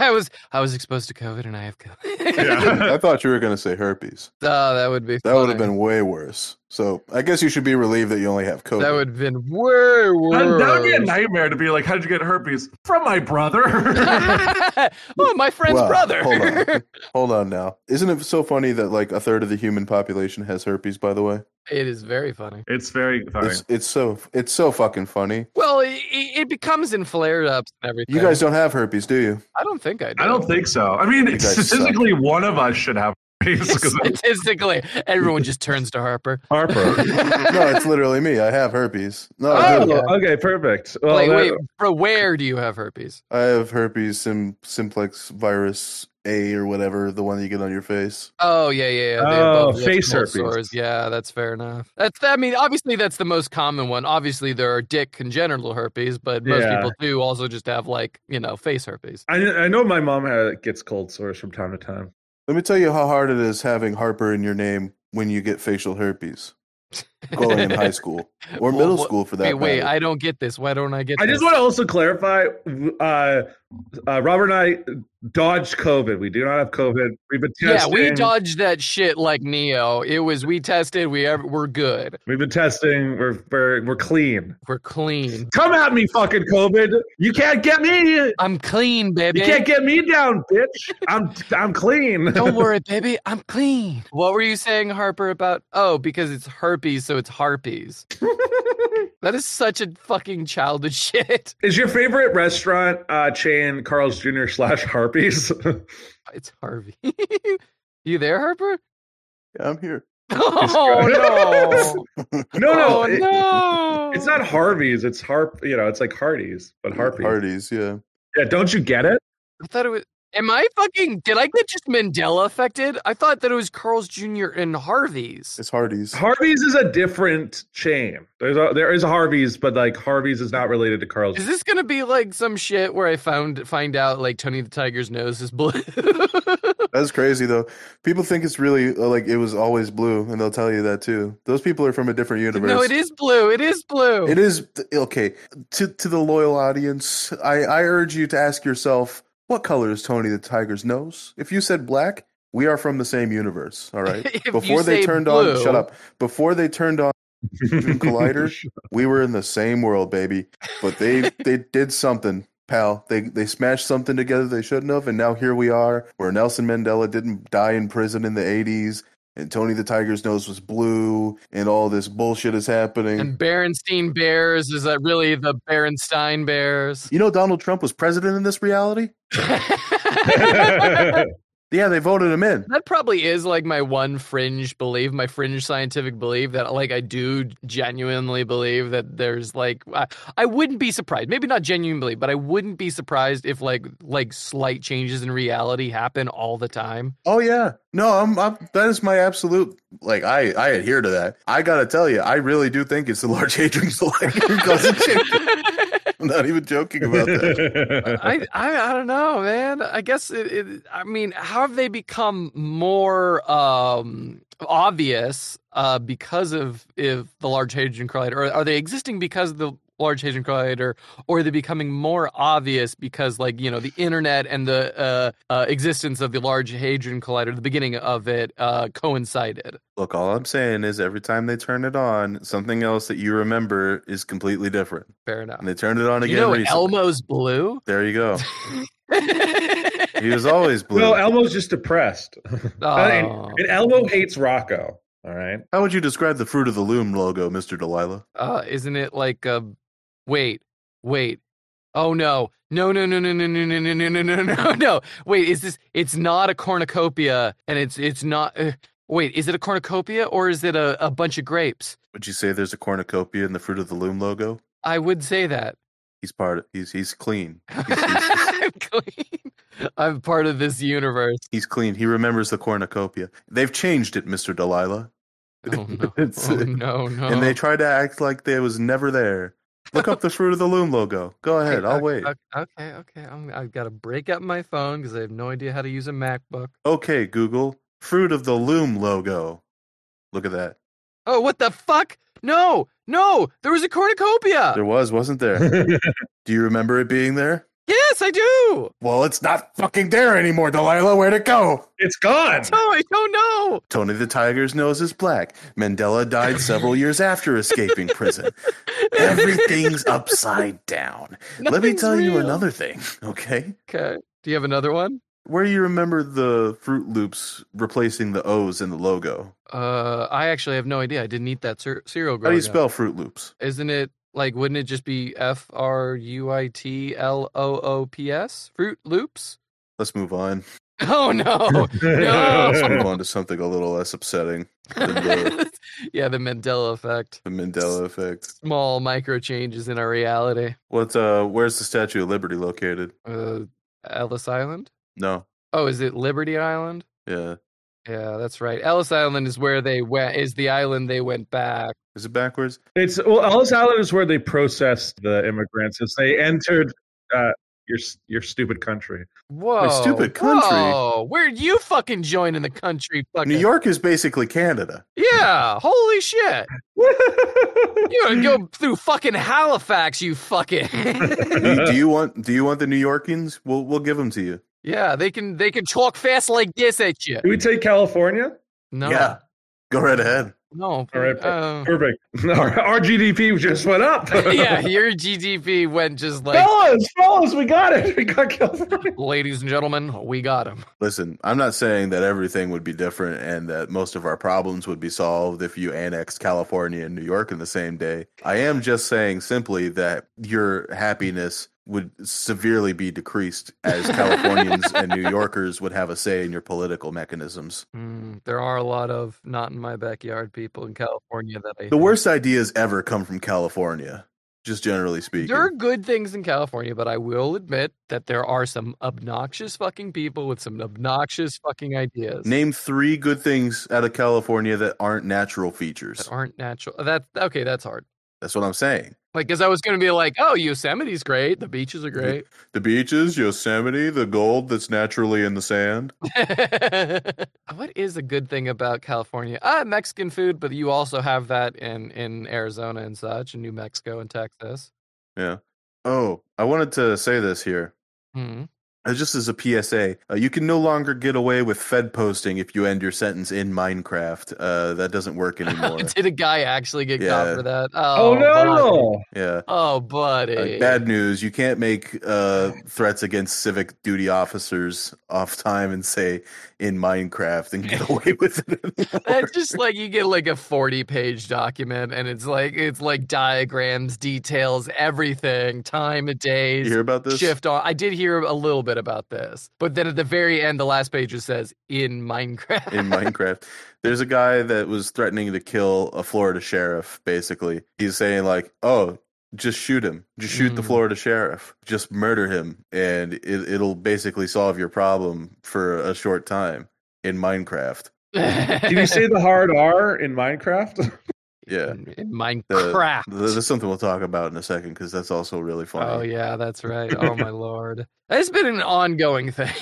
Speaker 3: I was I was exposed to COVID and I have COVID.
Speaker 4: yeah.
Speaker 2: I thought you were gonna say herpes.
Speaker 3: Oh, that would be
Speaker 2: That would have
Speaker 3: funny.
Speaker 2: been way worse. So I guess you should be relieved that you only have COVID.
Speaker 3: that would have been way
Speaker 4: That,
Speaker 3: worse.
Speaker 4: that would be a nightmare to be like, "How'd you get herpes from my brother?"
Speaker 3: oh, my friend's
Speaker 2: Well,
Speaker 3: brother.
Speaker 2: hold on. Hold on now. Isn't it so funny that like a third of the human population has herpes? By the way,
Speaker 3: it is very funny.
Speaker 4: it's very funny.
Speaker 2: it's it's so it's so fucking funny.
Speaker 3: Well, it, it becomes in flare ups and everything.
Speaker 2: You guys don't have herpes, do you?
Speaker 3: I don't think I do.
Speaker 4: I don't think so. I mean,
Speaker 2: You guys suck.
Speaker 4: statistically, one of us should have herpes. 'cause
Speaker 3: Statistically, everyone just turns to Harper.
Speaker 4: Harper.
Speaker 2: No, it's literally me. I have herpes. No, I,
Speaker 4: Oh,
Speaker 2: do.
Speaker 4: okay, perfect. Well,
Speaker 3: wait,
Speaker 4: that-
Speaker 3: wait. For where do you have herpes?
Speaker 2: I have herpes sim, simplex virus A or whatever, the one that you get on your face.
Speaker 3: Oh yeah, yeah. yeah. they
Speaker 4: Oh,
Speaker 3: above the
Speaker 4: face
Speaker 3: cold
Speaker 4: herpes.
Speaker 3: sores. Yeah, that's fair enough. That's. I mean, obviously, that's the most common one. Obviously, there are dick congenital herpes, but most
Speaker 4: Yeah.
Speaker 3: people do also just have like you know face herpes.
Speaker 4: I, I know my mom had, gets cold sores from time to time.
Speaker 2: Let me tell you how hard it is having Harper in your name when you get facial herpes. Going in high school or
Speaker 3: Well,
Speaker 2: middle
Speaker 3: what-
Speaker 2: school for that.
Speaker 3: Wait, wait.
Speaker 2: matter.
Speaker 3: I don't get this. Why don't I get?
Speaker 4: I
Speaker 3: this?
Speaker 4: just want to also clarify uh, uh, Robert and I dodged COVID. We do not have COVID. We've been
Speaker 3: Yeah,
Speaker 4: testing.
Speaker 3: we dodged that shit like Neo. It was we tested. We ever, we're good.
Speaker 4: We've been testing. We're, we're, we're clean.
Speaker 3: We're clean.
Speaker 4: Come at me, fucking COVID. You can't get me. You
Speaker 3: I'm clean, baby.
Speaker 4: can't get me down, bitch. I'm I'm clean.
Speaker 3: Don't worry, baby. I'm clean. What were you saying, Harper, about? Oh, because it's herpes, so it's harpies. that is such a fucking childish shit.
Speaker 4: Is your favorite restaurant uh, chain Carl's Jr. slash Harpies?
Speaker 3: It's Harvey. you there, Harper?
Speaker 2: Yeah, I'm here.
Speaker 3: Oh, no.
Speaker 4: no, no,
Speaker 3: Oh,
Speaker 4: it-
Speaker 3: no.
Speaker 4: It's not Harvey's. It's Harp. You know, it's like Hardy's, but Harpy.
Speaker 2: Hardee's, yeah.
Speaker 4: Yeah, don't you get it?
Speaker 3: I thought it was. Am I fucking. Did I get just Mandela affected? I thought that it was Carl's Jr. and Harvey's.
Speaker 2: It's Hardee's.
Speaker 4: Harvey's is a different chain. There's a, there is a Harvey's, but like Harvey's is not related to Carl's.
Speaker 3: Is this gonna be like some shit where I found find out like Tony the Tiger's nose is blue?
Speaker 2: That's crazy though. People think it's really uh, like it was always blue, and they'll tell you that too. Those people are from a different universe.
Speaker 3: no, it is blue. It is blue.
Speaker 2: It is okay to to the loyal audience. I I urge you to ask yourself what color is Tony the Tiger's nose. If you said black, we are from the same universe. All right.
Speaker 3: If you
Speaker 2: Before they
Speaker 3: say
Speaker 2: turned on,
Speaker 3: blue-
Speaker 2: shut up. Before they turned on Collider, we were in the same world, baby. But they they did something pal. They they smashed something together they shouldn't have, and now here we are, where Nelson Mandela didn't die in prison in the '80s, and Tony the Tiger's nose was blue, and all this bullshit is happening.
Speaker 3: And Berenstein Bears is that really the Berenstein Bears?
Speaker 2: you know, Donald Trump was president in this reality. Yeah, they voted him in.
Speaker 3: that probably is like my one fringe belief, my fringe scientific belief that like I do genuinely believe that there's like I, I wouldn't be surprised, maybe not genuinely, but I wouldn't be surprised if like like slight changes in reality happen all the time.
Speaker 2: Oh yeah, no, I'm, I'm that is my absolute like I I adhere to that. I gotta tell you, I really do think it's the Large Hadron Collider. cousin ship. I'm not even joking about that.
Speaker 3: I, I I don't know, man. I guess it, it. I mean, how have they become more um obvious uh because of if the Large Hadron Collider, or are they existing because of the Large Hadron Collider, or are they becoming more obvious because like you know the internet and the uh, uh existence of the Large Hadron Collider, the beginning of it, uh coincided?
Speaker 2: Look, all I'm saying is every time they turn it on, something else that you remember is completely different.
Speaker 3: Fair enough.
Speaker 2: And they turned it on again
Speaker 3: You know,
Speaker 2: recently.
Speaker 3: Elmo's blue.
Speaker 2: There you go. He was always blue.
Speaker 4: no, Elmo's just depressed. Uh,
Speaker 3: oh,
Speaker 4: And, and Elmo hates Rocco. All right.
Speaker 2: How would you describe the Fruit of the Loom logo, Mister Delilah?
Speaker 3: uh, isn't it like a wait, wait. Oh no. No no no no no no no no no no no no no. Wait, is this it's not a cornucopia and it's it's not uh, wait, is it a cornucopia or is it a, a bunch of grapes?
Speaker 2: Would you say there's a cornucopia in the Fruit of the Loom logo?
Speaker 3: I would say that.
Speaker 2: He's part. Of, he's he's clean.
Speaker 3: I'm clean. I'm part of this universe.
Speaker 2: He's clean. He remembers the cornucopia. They've changed it, Mister Delilah.
Speaker 3: Oh no.
Speaker 2: It's- uh,
Speaker 3: Oh, no, no.
Speaker 2: and they tried to act like they was never there. Look up the Fruit of the Loom logo. Go ahead, I'll
Speaker 3: okay,
Speaker 2: wait.
Speaker 3: Okay, okay, okay. I'm, I've got to break up my phone because I have no idea how to use a MacBook.
Speaker 2: Okay, Google, Fruit of the Loom logo. Look at that.
Speaker 3: Oh, what the fuck? No, no, there was a cornucopia.
Speaker 2: There was, wasn't there? Do you remember it being there?
Speaker 3: Yes, I do.
Speaker 2: Well, it's not fucking there anymore, Delilah. Where'd it go?
Speaker 4: it's gone.
Speaker 2: Hmm.
Speaker 3: No, I don't know.
Speaker 2: Tony the Tiger's nose is black. Mandela died several years after escaping prison. Everything's upside down. Let me
Speaker 3: Nothing's
Speaker 2: tell you
Speaker 3: real.
Speaker 2: another thing, okay?
Speaker 3: Okay. Do you have another one?
Speaker 2: Where do you remember the Fruit Loops replacing the O's in the logo?
Speaker 3: Uh, I actually have no idea. I didn't eat that cer- cereal.
Speaker 2: How do
Speaker 3: growing
Speaker 2: you
Speaker 3: up.
Speaker 2: spell Fruit Loops?
Speaker 3: Isn't it like? Wouldn't it just be F R U I T L O O P S? Fruit Loops.
Speaker 2: Let's move on.
Speaker 3: Oh no.
Speaker 2: Let's
Speaker 3: No.
Speaker 2: move on to something a little less upsetting.
Speaker 3: yeah, the Mandela effect.
Speaker 2: The Mandela effect.
Speaker 3: Small micro changes in our reality.
Speaker 2: What's uh? Where's the Statue of Liberty located?
Speaker 3: Uh, Ellis Island.
Speaker 2: No.
Speaker 3: Oh, is it Liberty Island?
Speaker 2: Yeah.
Speaker 3: Yeah, that's right. Ellis Island is where they went. Is the island they went back?
Speaker 2: Is it backwards?
Speaker 4: It's well, Ellis Island is where they processed the immigrants as they entered uh, your your stupid country.
Speaker 3: Whoa!
Speaker 2: stupid country.
Speaker 3: Whoa! Where'd you fucking join in the country? Fucking
Speaker 2: New York is basically Canada.
Speaker 3: Yeah, holy shit. You gotta go through fucking Halifax, you fucking.
Speaker 2: do, do you want? Do you want the New Yorkians? We'll we'll give them to you.
Speaker 3: yeah, they can they can talk fast like this at you.
Speaker 4: Can we take California?
Speaker 3: No,
Speaker 2: Yeah. Go right ahead.
Speaker 3: no.
Speaker 4: All right,
Speaker 3: uh,
Speaker 4: Perfect. Our, our GDP just went up.
Speaker 3: yeah, your GDP went just like,
Speaker 4: fellas, fellas, we got it. We got California.
Speaker 3: ladies and gentlemen, we got him.
Speaker 2: Listen, I'm not saying that everything would be different and that most of our problems would be solved if you annexed California and New York in the same day. I am just saying simply that your happiness would severely be decreased as Californians and New Yorkers would have a say in your political mechanisms.
Speaker 3: Mm, there are a lot of not in my backyard people in California that I.
Speaker 2: The worst ideas ever come from California, just generally speaking.
Speaker 3: There are good things in California, but I will admit that there are some obnoxious fucking people with some obnoxious fucking ideas.
Speaker 2: Name three good things out of California that aren't natural features.
Speaker 3: that aren't natural. Uh, That okay, that's hard.
Speaker 2: That's what I'm saying.
Speaker 3: Like, because I was gonna be like, oh, Yosemite's great, the beaches are great.
Speaker 2: The beaches, Yosemite, the gold that's naturally in the sand.
Speaker 3: what is a good thing about California? Ah, Mexican food, but you also have that in in Arizona and such, and New Mexico and Texas.
Speaker 2: Oh, I wanted to say this here.
Speaker 3: Hmm.
Speaker 2: Uh, Just as a PSA, uh, you can no longer get away with Fed posting if you end your sentence in Minecraft. Uh, that doesn't work anymore.
Speaker 3: Did a guy actually get caught
Speaker 2: Yeah.
Speaker 3: for that?
Speaker 4: Oh,
Speaker 3: buddy.
Speaker 4: no!
Speaker 2: yeah.
Speaker 3: Oh, buddy.
Speaker 2: Uh, bad news. You can't make uh, threats against civic duty officers off time and say in Minecraft and get away with it. anymore.
Speaker 3: That's just like you get like a 40 page document and it's like it's like diagrams, details, everything, time of
Speaker 2: you
Speaker 3: days,
Speaker 2: hear about this?
Speaker 3: shift on. I did hear a little bit about this. But then at the very end the last page just says in Minecraft.
Speaker 2: in Minecraft. There's a guy that was threatening to kill a Florida sheriff, basically. He's saying, like, oh, just shoot him. Just shoot the
Speaker 3: Mm.
Speaker 2: Florida sheriff. Just murder him. And it, it'll basically solve your problem for a short time in Minecraft.
Speaker 4: Can you say the hard R in Minecraft?
Speaker 2: Yeah.
Speaker 3: in, in Minecraft.
Speaker 2: Th- That's something we'll talk about in a second because that's also really funny.
Speaker 3: oh yeah, that's right. Oh my lord. It's been an ongoing thing.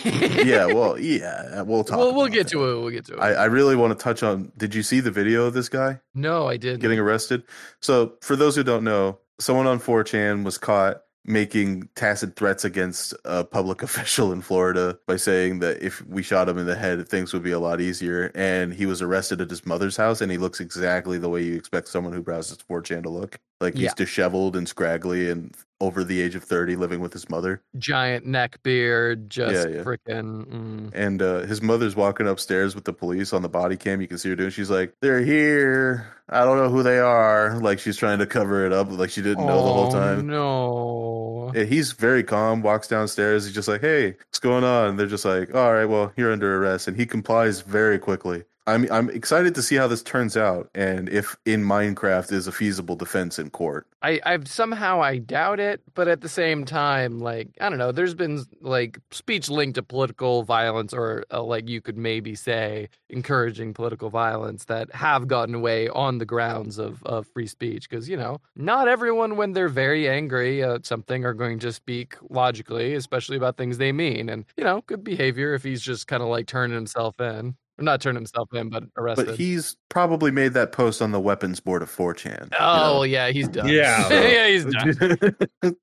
Speaker 2: yeah, well, yeah, we'll talk.
Speaker 3: we'll we'll
Speaker 2: about
Speaker 3: get
Speaker 2: that.
Speaker 3: to it. We'll get to it.
Speaker 2: I, I really want to touch on. Did you see the video of this guy
Speaker 3: no, I didn't.
Speaker 2: getting arrested? So, for those who don't know, someone on 4chan was caught making tacit threats against a public official in Florida by saying that if we shot him in the head, things would be a lot easier. And he was arrested at his mother's house, and he looks exactly the way you expect someone who browses 4chan to look. Like he's
Speaker 3: Yeah.
Speaker 2: disheveled and scraggly and over the age of 30 living with his mother.
Speaker 3: Giant neck beard, just
Speaker 2: yeah.
Speaker 3: freaking mm.
Speaker 2: and uh, his mother's walking upstairs with the police on the body cam. You can see her doing. She's like, "They're here. I don't know who they are." Like she's trying to cover it up, like she didn't know the whole time.
Speaker 3: Oh, No.
Speaker 2: And he's very calm. Walks downstairs. He's just like, "Hey, what's going on?" And they're just like, "All right, well, you're under arrest." And he complies very quickly. I'm I'm excited to see how this turns out, and if in Minecraft is a feasible defense in court.
Speaker 3: I, I've somehow I doubt it, but at the same time, like I don't know. There's been like speech linked to political violence, or uh, like you could maybe say encouraging political violence that have gotten away on the grounds of of free speech. Because you know, not everyone when they're very angry at something are going to speak logically, especially about things they mean. And you know, good behavior if he's just kind of like turning himself in, or not turning himself in, but arrested.
Speaker 2: But he's probably made that post on the weapons board of 4chan. you
Speaker 3: Oh
Speaker 2: know?
Speaker 3: yeah, he's done.
Speaker 4: Yeah.
Speaker 3: yeah, he's done.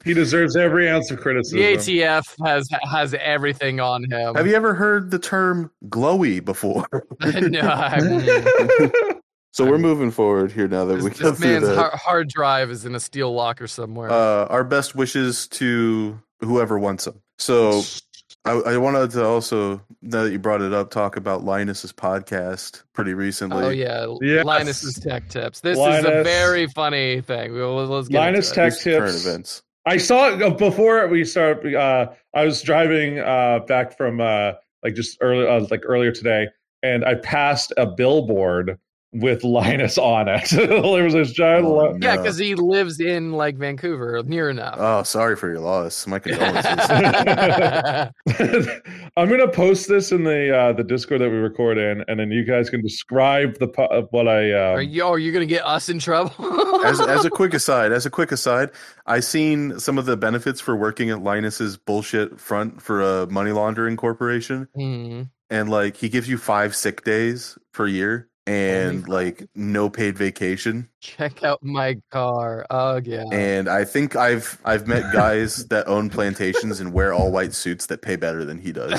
Speaker 4: He deserves every ounce of
Speaker 3: The
Speaker 4: criticism.
Speaker 3: ATF has has everything on him.
Speaker 2: Mm-hmm. Have you ever heard the term glowy before?
Speaker 3: no, I mean,
Speaker 2: So we're moving forward here now that we
Speaker 3: this,
Speaker 2: got
Speaker 3: this
Speaker 2: through
Speaker 3: man's
Speaker 2: that.
Speaker 3: har- hard drive is in a steel locker somewhere.
Speaker 2: uh, our best wishes to whoever wants them. So I, I wanted to also, now that you brought it up, talk about Linus's podcast pretty recently.
Speaker 3: oh yeah,
Speaker 4: Yes.
Speaker 3: Linus's tech tips. This is a
Speaker 4: Linus.
Speaker 3: very funny thing. We'll, let's get
Speaker 4: Linus
Speaker 3: into it.
Speaker 4: Tech
Speaker 2: Just current
Speaker 4: Tips.
Speaker 2: events.
Speaker 4: I saw it uh, before we start. Uh, I was driving uh, back from uh, like just early, uh, like earlier today, and I passed a billboard with Linus on it. there was this giant.
Speaker 2: Oh,
Speaker 4: li-
Speaker 3: Yeah,
Speaker 2: no.
Speaker 3: because he lives in like Vancouver, near enough.
Speaker 2: Oh, sorry for your loss. My condolences.
Speaker 3: yeah,
Speaker 4: I'm gonna post this in the uh, the Discord that we record in, and then you guys can describe the po- of what I. Um,
Speaker 3: are you are you gonna get us in trouble?
Speaker 2: as, as a quick aside, as a quick aside, I seen some of the benefits for working at Linus's bullshit front for a money laundering corporation.
Speaker 3: Hmm.
Speaker 2: and like he gives you five sick days per year and
Speaker 3: Oh God.
Speaker 2: like no paid vacation
Speaker 3: Check out my car. Oh yeah.
Speaker 2: and i think i've i've met guys that own plantations and wear all white suits that pay better than he does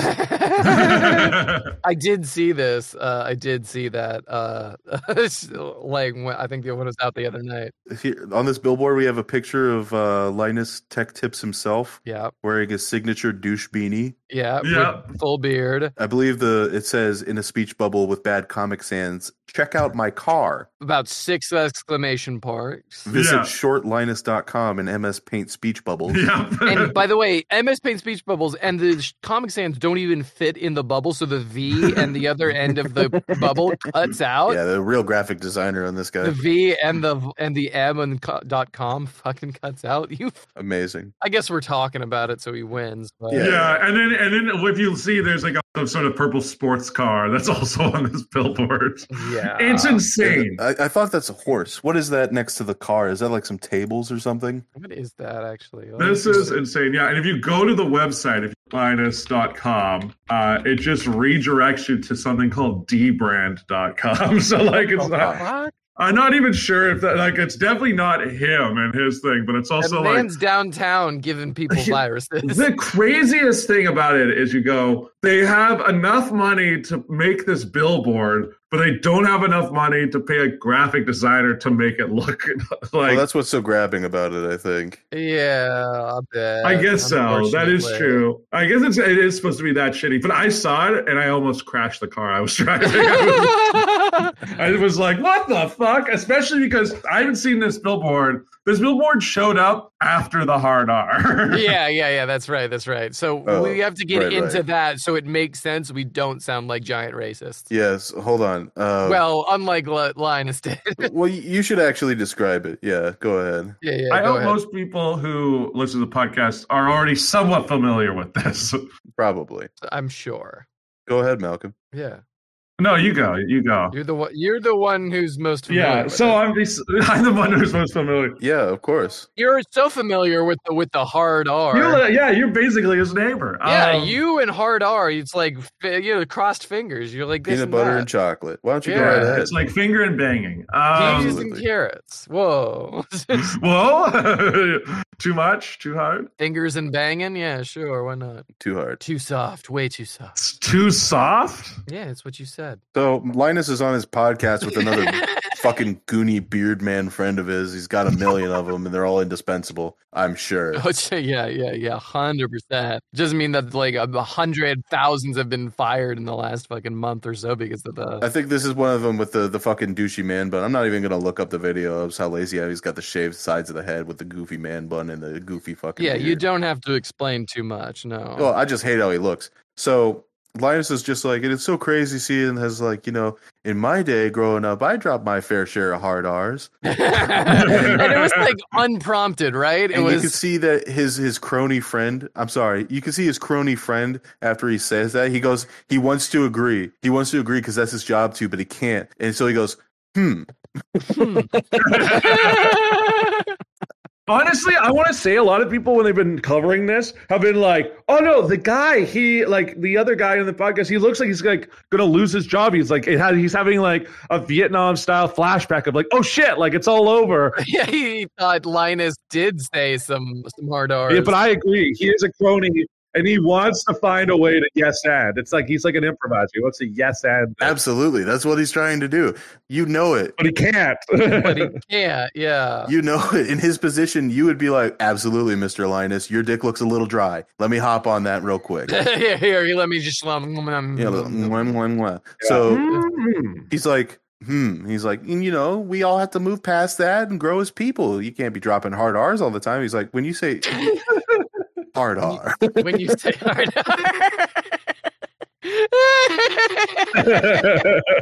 Speaker 3: I did see this. Uh, I did see that. Uh, it's like when, I think the one was out the other night.
Speaker 2: Here, on this billboard we have a picture of uh, linus tech tips himself
Speaker 3: Yeah,
Speaker 2: wearing his signature douche beanie
Speaker 3: yeah, with
Speaker 5: Yeah.
Speaker 3: full beard.
Speaker 2: i believe the it says in a speech bubble with bad comic sans check out my car
Speaker 3: About six exclamation marks.
Speaker 2: visit
Speaker 5: Yeah.
Speaker 2: shortlinus.com and ms paint speech bubbles
Speaker 3: And by the way, MS Paint speech bubbles and the sh- Comic Sans don't even fit in the bubble, so the V and the other end of the bubble cuts out.
Speaker 2: yeah the real graphic designer on this guy
Speaker 3: The V and the and the M and co- dot com fucking cuts out. You,
Speaker 2: amazing
Speaker 3: I guess we're talking about it, so he wins. But
Speaker 2: Yeah.
Speaker 5: yeah. and then and then if you see, there's like a sort of purple sports car that's also on this billboard.
Speaker 3: yeah.
Speaker 5: It's insane.
Speaker 2: I, I thought that's a horse. What is that next to the car? Is that like some tables or something?
Speaker 3: What is that actually? Let me
Speaker 5: This
Speaker 3: just-
Speaker 5: is insane. Yeah, and if you go to the website, if linus.com, uh, it just redirects you to something called dbrand.com. So like it's
Speaker 3: Oh,
Speaker 5: not
Speaker 3: fuck.
Speaker 4: I'm not even sure if that like it's definitely not him and his thing, but it's
Speaker 3: That
Speaker 4: also like
Speaker 3: man's downtown giving people viruses.
Speaker 4: the craziest thing about it is you go, they have enough money to make this billboard, but they don't have enough money to pay a graphic designer to make it look like
Speaker 2: well, that's what's so grabbing about it, I think.
Speaker 3: yeah, I bet.
Speaker 4: I guess so. That is
Speaker 3: Unfortunately.
Speaker 4: true. I guess it's, it is supposed to be that shitty, but I saw it and I almost crashed the car I was driving. I was, I was like, what the fuck? Especially because I haven't seen this billboard. This billboard showed up after the hard R.
Speaker 3: yeah, yeah, yeah. That's right. That's right. So
Speaker 2: Oh,
Speaker 3: we have to get
Speaker 2: right,
Speaker 3: into
Speaker 2: right.
Speaker 3: that so it makes sense. We don't sound like giant racists.
Speaker 2: Yes. Hold on. Uh,
Speaker 3: Well, unlike Li- Linus did.
Speaker 2: well, you should actually describe it. Yeah, go ahead.
Speaker 3: yeah, yeah.
Speaker 4: I
Speaker 3: go
Speaker 4: hope
Speaker 3: ahead.
Speaker 4: most people who listen to the podcast are already somewhat familiar with this.
Speaker 2: Probably.
Speaker 3: I'm sure.
Speaker 2: Go ahead, Malcolm.
Speaker 3: Yeah,
Speaker 4: No, you go. You go.
Speaker 3: you're the one. You're the one who's most familiar.
Speaker 4: Yeah.
Speaker 3: with
Speaker 4: So
Speaker 3: it.
Speaker 4: I'm, the- I'm the one who's most familiar.
Speaker 2: Yeah, of course.
Speaker 3: you're so familiar with the with the hard R.
Speaker 4: You, li- yeah, you're basically his neighbor.
Speaker 3: yeah,
Speaker 4: Um,
Speaker 3: you and hard R. It's like fi- you know, crossed fingers. You're like this
Speaker 2: Peanut
Speaker 3: and
Speaker 2: butter
Speaker 3: that.
Speaker 2: and chocolate. Why don't you go
Speaker 3: Yeah,
Speaker 2: right ahead?
Speaker 4: It's like finger and banging. Um,
Speaker 3: Peas
Speaker 2: Absolutely.
Speaker 3: and carrots. Whoa.
Speaker 4: whoa, too much, too hard,
Speaker 3: Fingers and banging? Yeah, sure. Why not?
Speaker 2: Too hard.
Speaker 3: Too soft. Way too soft.
Speaker 4: it's too soft.
Speaker 3: Yeah, it's what you said.
Speaker 2: So Linus is on his podcast with another fucking goony beard man friend of his. He's got a million of them, and they're all indispensable. I'm sure.
Speaker 3: Oh, so yeah, yeah, yeah. 100%. Doesn't mean that like a a hundred thousands have been fired in the last fucking month or so because of the.
Speaker 2: I think this is one of them with the, the fucking douchey man bun. I'm not even gonna look up the video of how lazy I am. He's got the shaved sides of the head with the goofy man bun and the goofy fucking.
Speaker 3: Yeah, you
Speaker 2: beard.
Speaker 3: don't have to explain too much. No.
Speaker 2: Well, I just hate how he looks. So Linus is just like, and it's so crazy seeing his like, you know, in my day growing up, I dropped my fair share of hard R's.
Speaker 3: and it was like unprompted, right? It
Speaker 2: and you
Speaker 3: was.
Speaker 2: can see that his his crony friend i'm sorry you can see his crony friend after he says that he goes he wants to agree he wants to agree because that's his job too but he can't and so he goes hmm
Speaker 3: Hmm.
Speaker 4: Honestly, I want to say a lot of people when they've been covering this have been like, "Oh no, the guy, he like the other guy in the podcast, he looks like he's like gonna lose his job. He's like, it had, he's having like a Vietnam style flashback of like, oh shit, like it's all over."
Speaker 3: yeah, he thought Linus did say some some hard R's.
Speaker 4: Yeah, but I agree, he is a crony. And he wants to find a way to yes and. It's like he's like an improviser. He wants to yes and,
Speaker 2: absolutely that's what he's trying to do you know it
Speaker 4: but he can't.
Speaker 3: but he can't. Yeah.
Speaker 2: you know it in his position you would be like absolutely mr linus your dick looks a little dry let me hop on that real quick
Speaker 3: here, here, you let me just slum.
Speaker 2: You know, mwah, mwah, mwah. so
Speaker 4: Mm.
Speaker 2: he's like hmm he's like and you know we all have to move past that and grow as people you can't be dropping hard r's all the time he's like when you say hard r
Speaker 3: when you say hard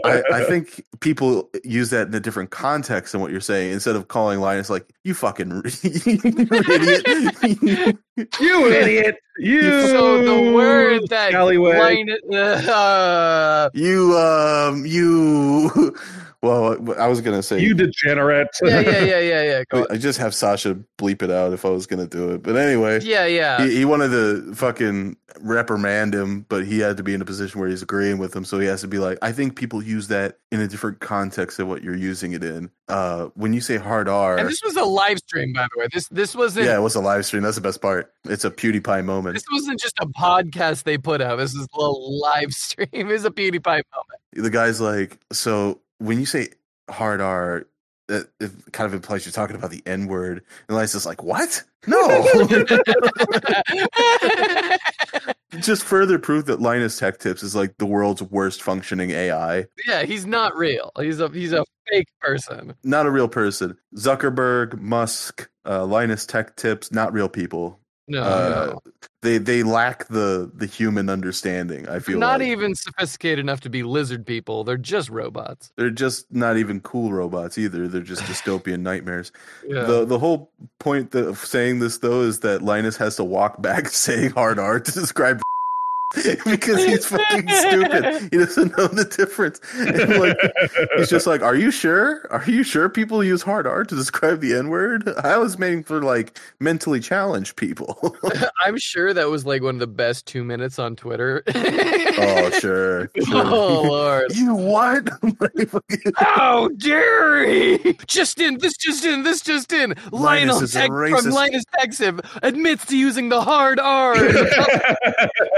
Speaker 2: I, I think people use that in a different context than what you're saying instead of calling linus like you fucking r- you idiot
Speaker 4: You idiot! You.
Speaker 3: so the word that
Speaker 4: Alleyway.
Speaker 3: Linus, uh,
Speaker 2: you um you well i was gonna say
Speaker 4: You degenerate.
Speaker 3: yeah, yeah, yeah, yeah, yeah. Go on.
Speaker 2: i just have sasha bleep it out if i was gonna do it but anyway
Speaker 3: Yeah, yeah.
Speaker 2: he, he wanted to fucking reprimand him, but he had to be in a position where he's agreeing with him. So he has to be like, I think people use that in a different context than what you're using it in. Uh, when you say hard R,
Speaker 3: And this was a live stream, by the way. This this wasn't
Speaker 2: yeah, it was a live stream. That's the best part. It's a PewDiePie moment.
Speaker 3: this wasn't just a podcast they put out. This is a little live stream. It was a PewDiePie moment.
Speaker 2: The guy's like, so when you say hard R, that it kind of implies you're talking about the N word. And Lice is like, what? No. Just further proof that Linus Tech Tips is like the world's worst functioning AI.
Speaker 3: yeah, he's not real. He's a he's a fake person.
Speaker 2: not a real person. Zuckerberg, Musk, uh, Linus Tech Tips, not real people.
Speaker 3: No,
Speaker 2: Uh,
Speaker 3: no.
Speaker 2: They they lack the the human understanding. I
Speaker 3: They're
Speaker 2: feel
Speaker 3: not
Speaker 2: like.
Speaker 3: even sophisticated enough to be lizard people. They're just robots.
Speaker 2: They're just not even cool robots either. They're just dystopian nightmares.
Speaker 3: Yeah.
Speaker 2: The the whole point that, of saying this though is that Linus has to walk back saying hard R to describe because he's fucking stupid. He doesn't know the difference. And like, he's just like, "Are you sure? Are you sure people use hard R to describe the N word?" I was meaning for like mentally challenged people.
Speaker 3: I'm sure that was like one of the best two minutes on Twitter.
Speaker 2: oh, sure.
Speaker 3: oh lord.
Speaker 2: You what? Like, fucking-
Speaker 3: How dare he? Just in, this just in, this just in. Lionel
Speaker 2: is a
Speaker 3: Tech from
Speaker 2: racist.
Speaker 3: Linus Texim admits to using the hard R.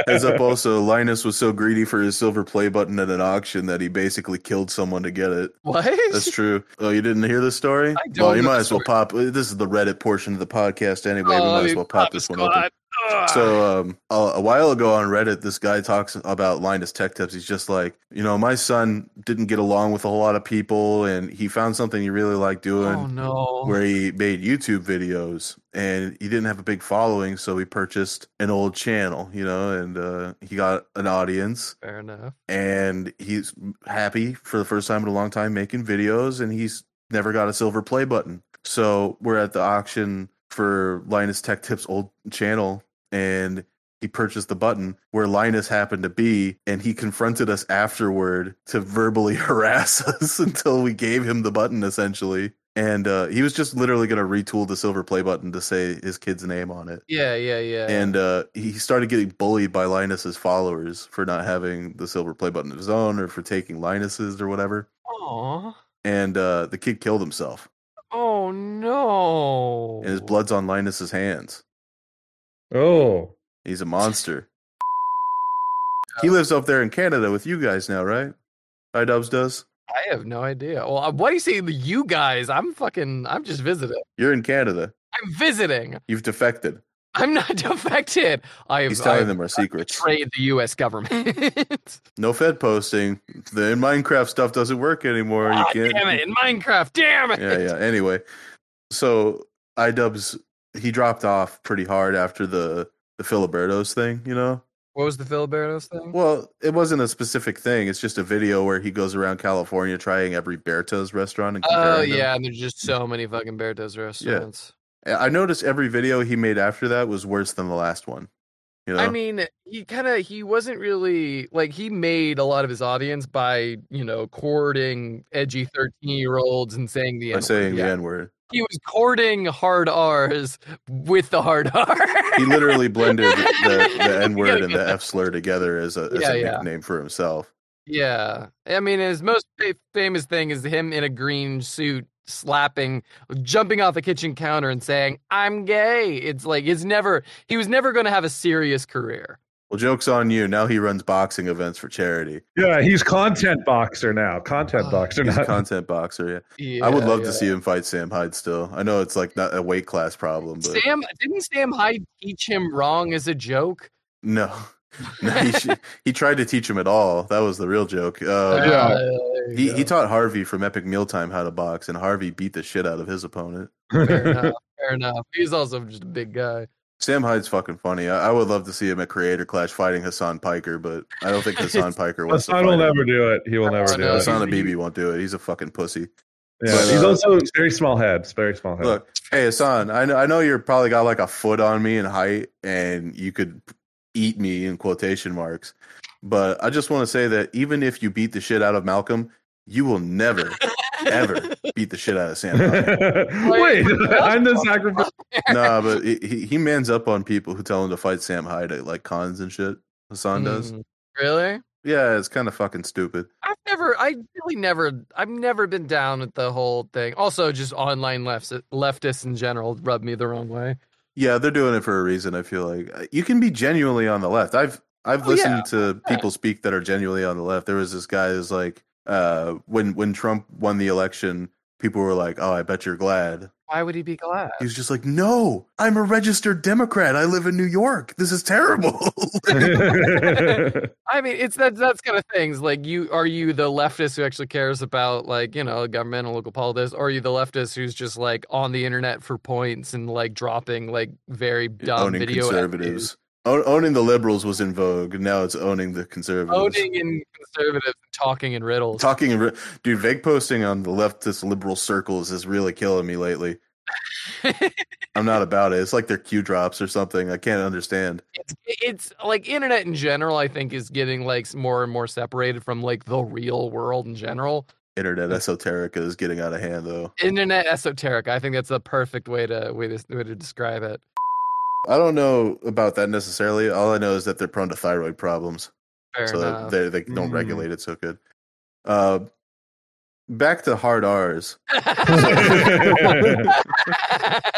Speaker 2: Heads up also, Linus was so greedy for his silver play button at an auction that he basically killed someone to get it.
Speaker 3: what?
Speaker 2: That's true. Oh, you didn't hear this story?
Speaker 3: I don't
Speaker 2: well, you
Speaker 3: know
Speaker 2: might
Speaker 3: the
Speaker 2: as well
Speaker 3: story.
Speaker 2: pop. uh, This is the Reddit portion of the podcast anyway. we
Speaker 3: Oh,
Speaker 2: might
Speaker 3: I
Speaker 2: as
Speaker 3: mean,
Speaker 2: well pop
Speaker 3: Papa
Speaker 2: this one
Speaker 3: Scott.
Speaker 2: open.
Speaker 3: Ugh.
Speaker 2: So um, a, a while ago on Reddit, this guy talks about Linus Tech Tips. He's just like, you know, my son didn't get along with a whole lot of people, and he found something he really liked doing
Speaker 3: oh no.
Speaker 2: where he made YouTube videos and he didn't have a big following, so he purchased an old channel, you know, and uh, he got an audience
Speaker 3: Fair enough.
Speaker 2: and he's happy for the first time in a long time making videos and he's never got a silver play button. So we're at the auction for Linus Tech Tips old channel and he purchased the button where Linus happened to be and he confronted us afterward to verbally harass us until we gave him the button essentially. And uh, he was just literally going to retool the silver play button to say his kid's name on it
Speaker 3: Yeah, yeah, yeah.
Speaker 2: and uh, he started getting bullied by Linus's followers for not having the silver play button of his own or for taking Linus's or whatever.
Speaker 3: Aw.
Speaker 2: And uh, the kid killed himself,
Speaker 3: Oh no.
Speaker 2: and his blood's on Linus's hands.
Speaker 4: oh,
Speaker 2: He's a monster. he lives up there in Canada with you guys now, right? I Dubs does.
Speaker 3: I have no idea. Well, uh, why do you say the you guys? I'm fucking. I'm just visiting.
Speaker 2: You're in Canada.
Speaker 3: I'm visiting.
Speaker 2: You've defected.
Speaker 3: I'm not defected. I have.
Speaker 2: He's
Speaker 3: I
Speaker 2: telling
Speaker 3: have
Speaker 2: them our secrets.
Speaker 3: Betrayed the U.S. government.
Speaker 2: No Fed posting. The Minecraft stuff doesn't work anymore. You
Speaker 3: Ah,
Speaker 2: can't.
Speaker 3: damn it! In Minecraft, damn it!
Speaker 2: yeah, yeah. Anyway, so iDubbbz he dropped off pretty hard after the the Filibertos thing, you know.
Speaker 3: What was the Filibertos thing?
Speaker 2: Well, it wasn't a specific thing. It's just a video where he goes around California trying every Berta's restaurant and comparing
Speaker 3: Oh
Speaker 2: them.
Speaker 3: yeah, and there's just so many fucking Bertos restaurants.
Speaker 2: And I noticed every video he made after that was worse than the last one. You know,
Speaker 3: I mean, he kind of he wasn't really like he made a lot of his audience by you know courting edgy thirteen year olds and saying the
Speaker 2: by
Speaker 3: N-word.
Speaker 2: saying
Speaker 3: Yeah.
Speaker 2: the N word,
Speaker 3: he was courting hard R's with the hard R.
Speaker 2: he literally blended the, the N word and
Speaker 3: Yeah,
Speaker 2: the F slur together as a, as
Speaker 3: Yeah,
Speaker 2: a
Speaker 3: yeah.
Speaker 2: nickname for himself.
Speaker 3: Yeah, I mean, his most fa- famous thing is him in a green suit slapping, jumping off a kitchen counter and saying, "I'm gay." It's like it's never. He was never going to have a serious career.
Speaker 2: Well, jokes on you. Now he runs boxing events for charity.
Speaker 4: yeah, he's content boxer now. Content
Speaker 3: Oh,
Speaker 4: boxer,
Speaker 2: Ah, He's a
Speaker 4: not
Speaker 2: content boxer. Yeah.
Speaker 3: Yeah,
Speaker 2: I would love
Speaker 3: yeah.
Speaker 2: to see him fight Sam Hyde still. I know it's like not a weight class problem, but
Speaker 3: Sam didn't Sam Hyde teach him wrong as a joke.
Speaker 2: no. no he, sh- he tried to teach him at all. That was the real joke. Uh,
Speaker 4: yeah.
Speaker 3: Uh, there you
Speaker 2: he,
Speaker 3: go.
Speaker 2: he taught Harvey from Epic Mealtime how to box, and Harvey beat the shit out of his opponent.
Speaker 3: fair enough. Fair enough. He's also just a big guy.
Speaker 2: Sam Hyde's fucking funny. I, I would love to see him at Creator Clash fighting Hassan Piker, but I don't think Hassan Piker wants to fight
Speaker 4: Hassan will
Speaker 2: him.
Speaker 4: never do it. He will never
Speaker 3: Hassan
Speaker 4: do
Speaker 3: knows.
Speaker 4: it.
Speaker 2: Hassan Abibi won't do it. He's a fucking pussy.
Speaker 4: Yeah, he's also very small head. Very small head.
Speaker 2: uh, Look, hey Hassan, I know I know you're probably got like a foot on me in height, and you could eat me in quotation marks. But I just want to say that even if you beat the shit out of Malcolm, you will never ever beat the shit out of Sam. Hunt.
Speaker 4: Wait, I'm the sacrifice.
Speaker 2: nah, but he- he he mans up on people who tell him to fight Sam Hyde at like cons and shit. Hassan does.
Speaker 3: Mm, really?
Speaker 2: Yeah, it's kind of fucking stupid.
Speaker 3: I've never, I really never, I've never been down with the whole thing. Also, just online lefts, leftists in general rub me the wrong way.
Speaker 2: Yeah, they're doing it for a reason. I feel like Uh, you can be genuinely on the left. I've I've
Speaker 3: Oh,
Speaker 2: listened
Speaker 3: yeah.
Speaker 2: to people speak that are genuinely on the left. There was this guy who's like, uh, when when Trump won the election, people were like, "Oh, I bet you're glad."
Speaker 3: Why would he be glad?
Speaker 2: He was just like, "No, I'm a registered Democrat. I live in New York. This is terrible."
Speaker 3: I mean, it's that that's kind of things. Like, you are you the leftist who actually cares about like you know government and local politics, or are you the leftist who's just like on the internet for points and like dropping like very dumb
Speaker 2: owning
Speaker 3: video essays?
Speaker 2: conservatives, o- owning the liberals was in vogue. Now it's owning the conservatives.
Speaker 3: owning and conservatives and talking in riddles.
Speaker 2: Talking, in re- dude, vague posting on the leftist liberal circles is really killing me lately. I'm not about it. It's like their Q drops or something. I can't understand.
Speaker 3: it's, it's like internet in general i think is getting like s- more and more separated from like the real world in general
Speaker 2: Internet
Speaker 3: Hmm.
Speaker 2: esoterica is getting out of hand though.
Speaker 3: internet esoteric i think that's the perfect way to way to, way to describe it
Speaker 2: I don't know about that necessarily. All I know is that they're prone to thyroid problems.
Speaker 3: Fair
Speaker 2: so
Speaker 3: enough. Hmm.
Speaker 2: they they don't
Speaker 4: Mm.
Speaker 2: regulate it so good. Uh, back to hard R's.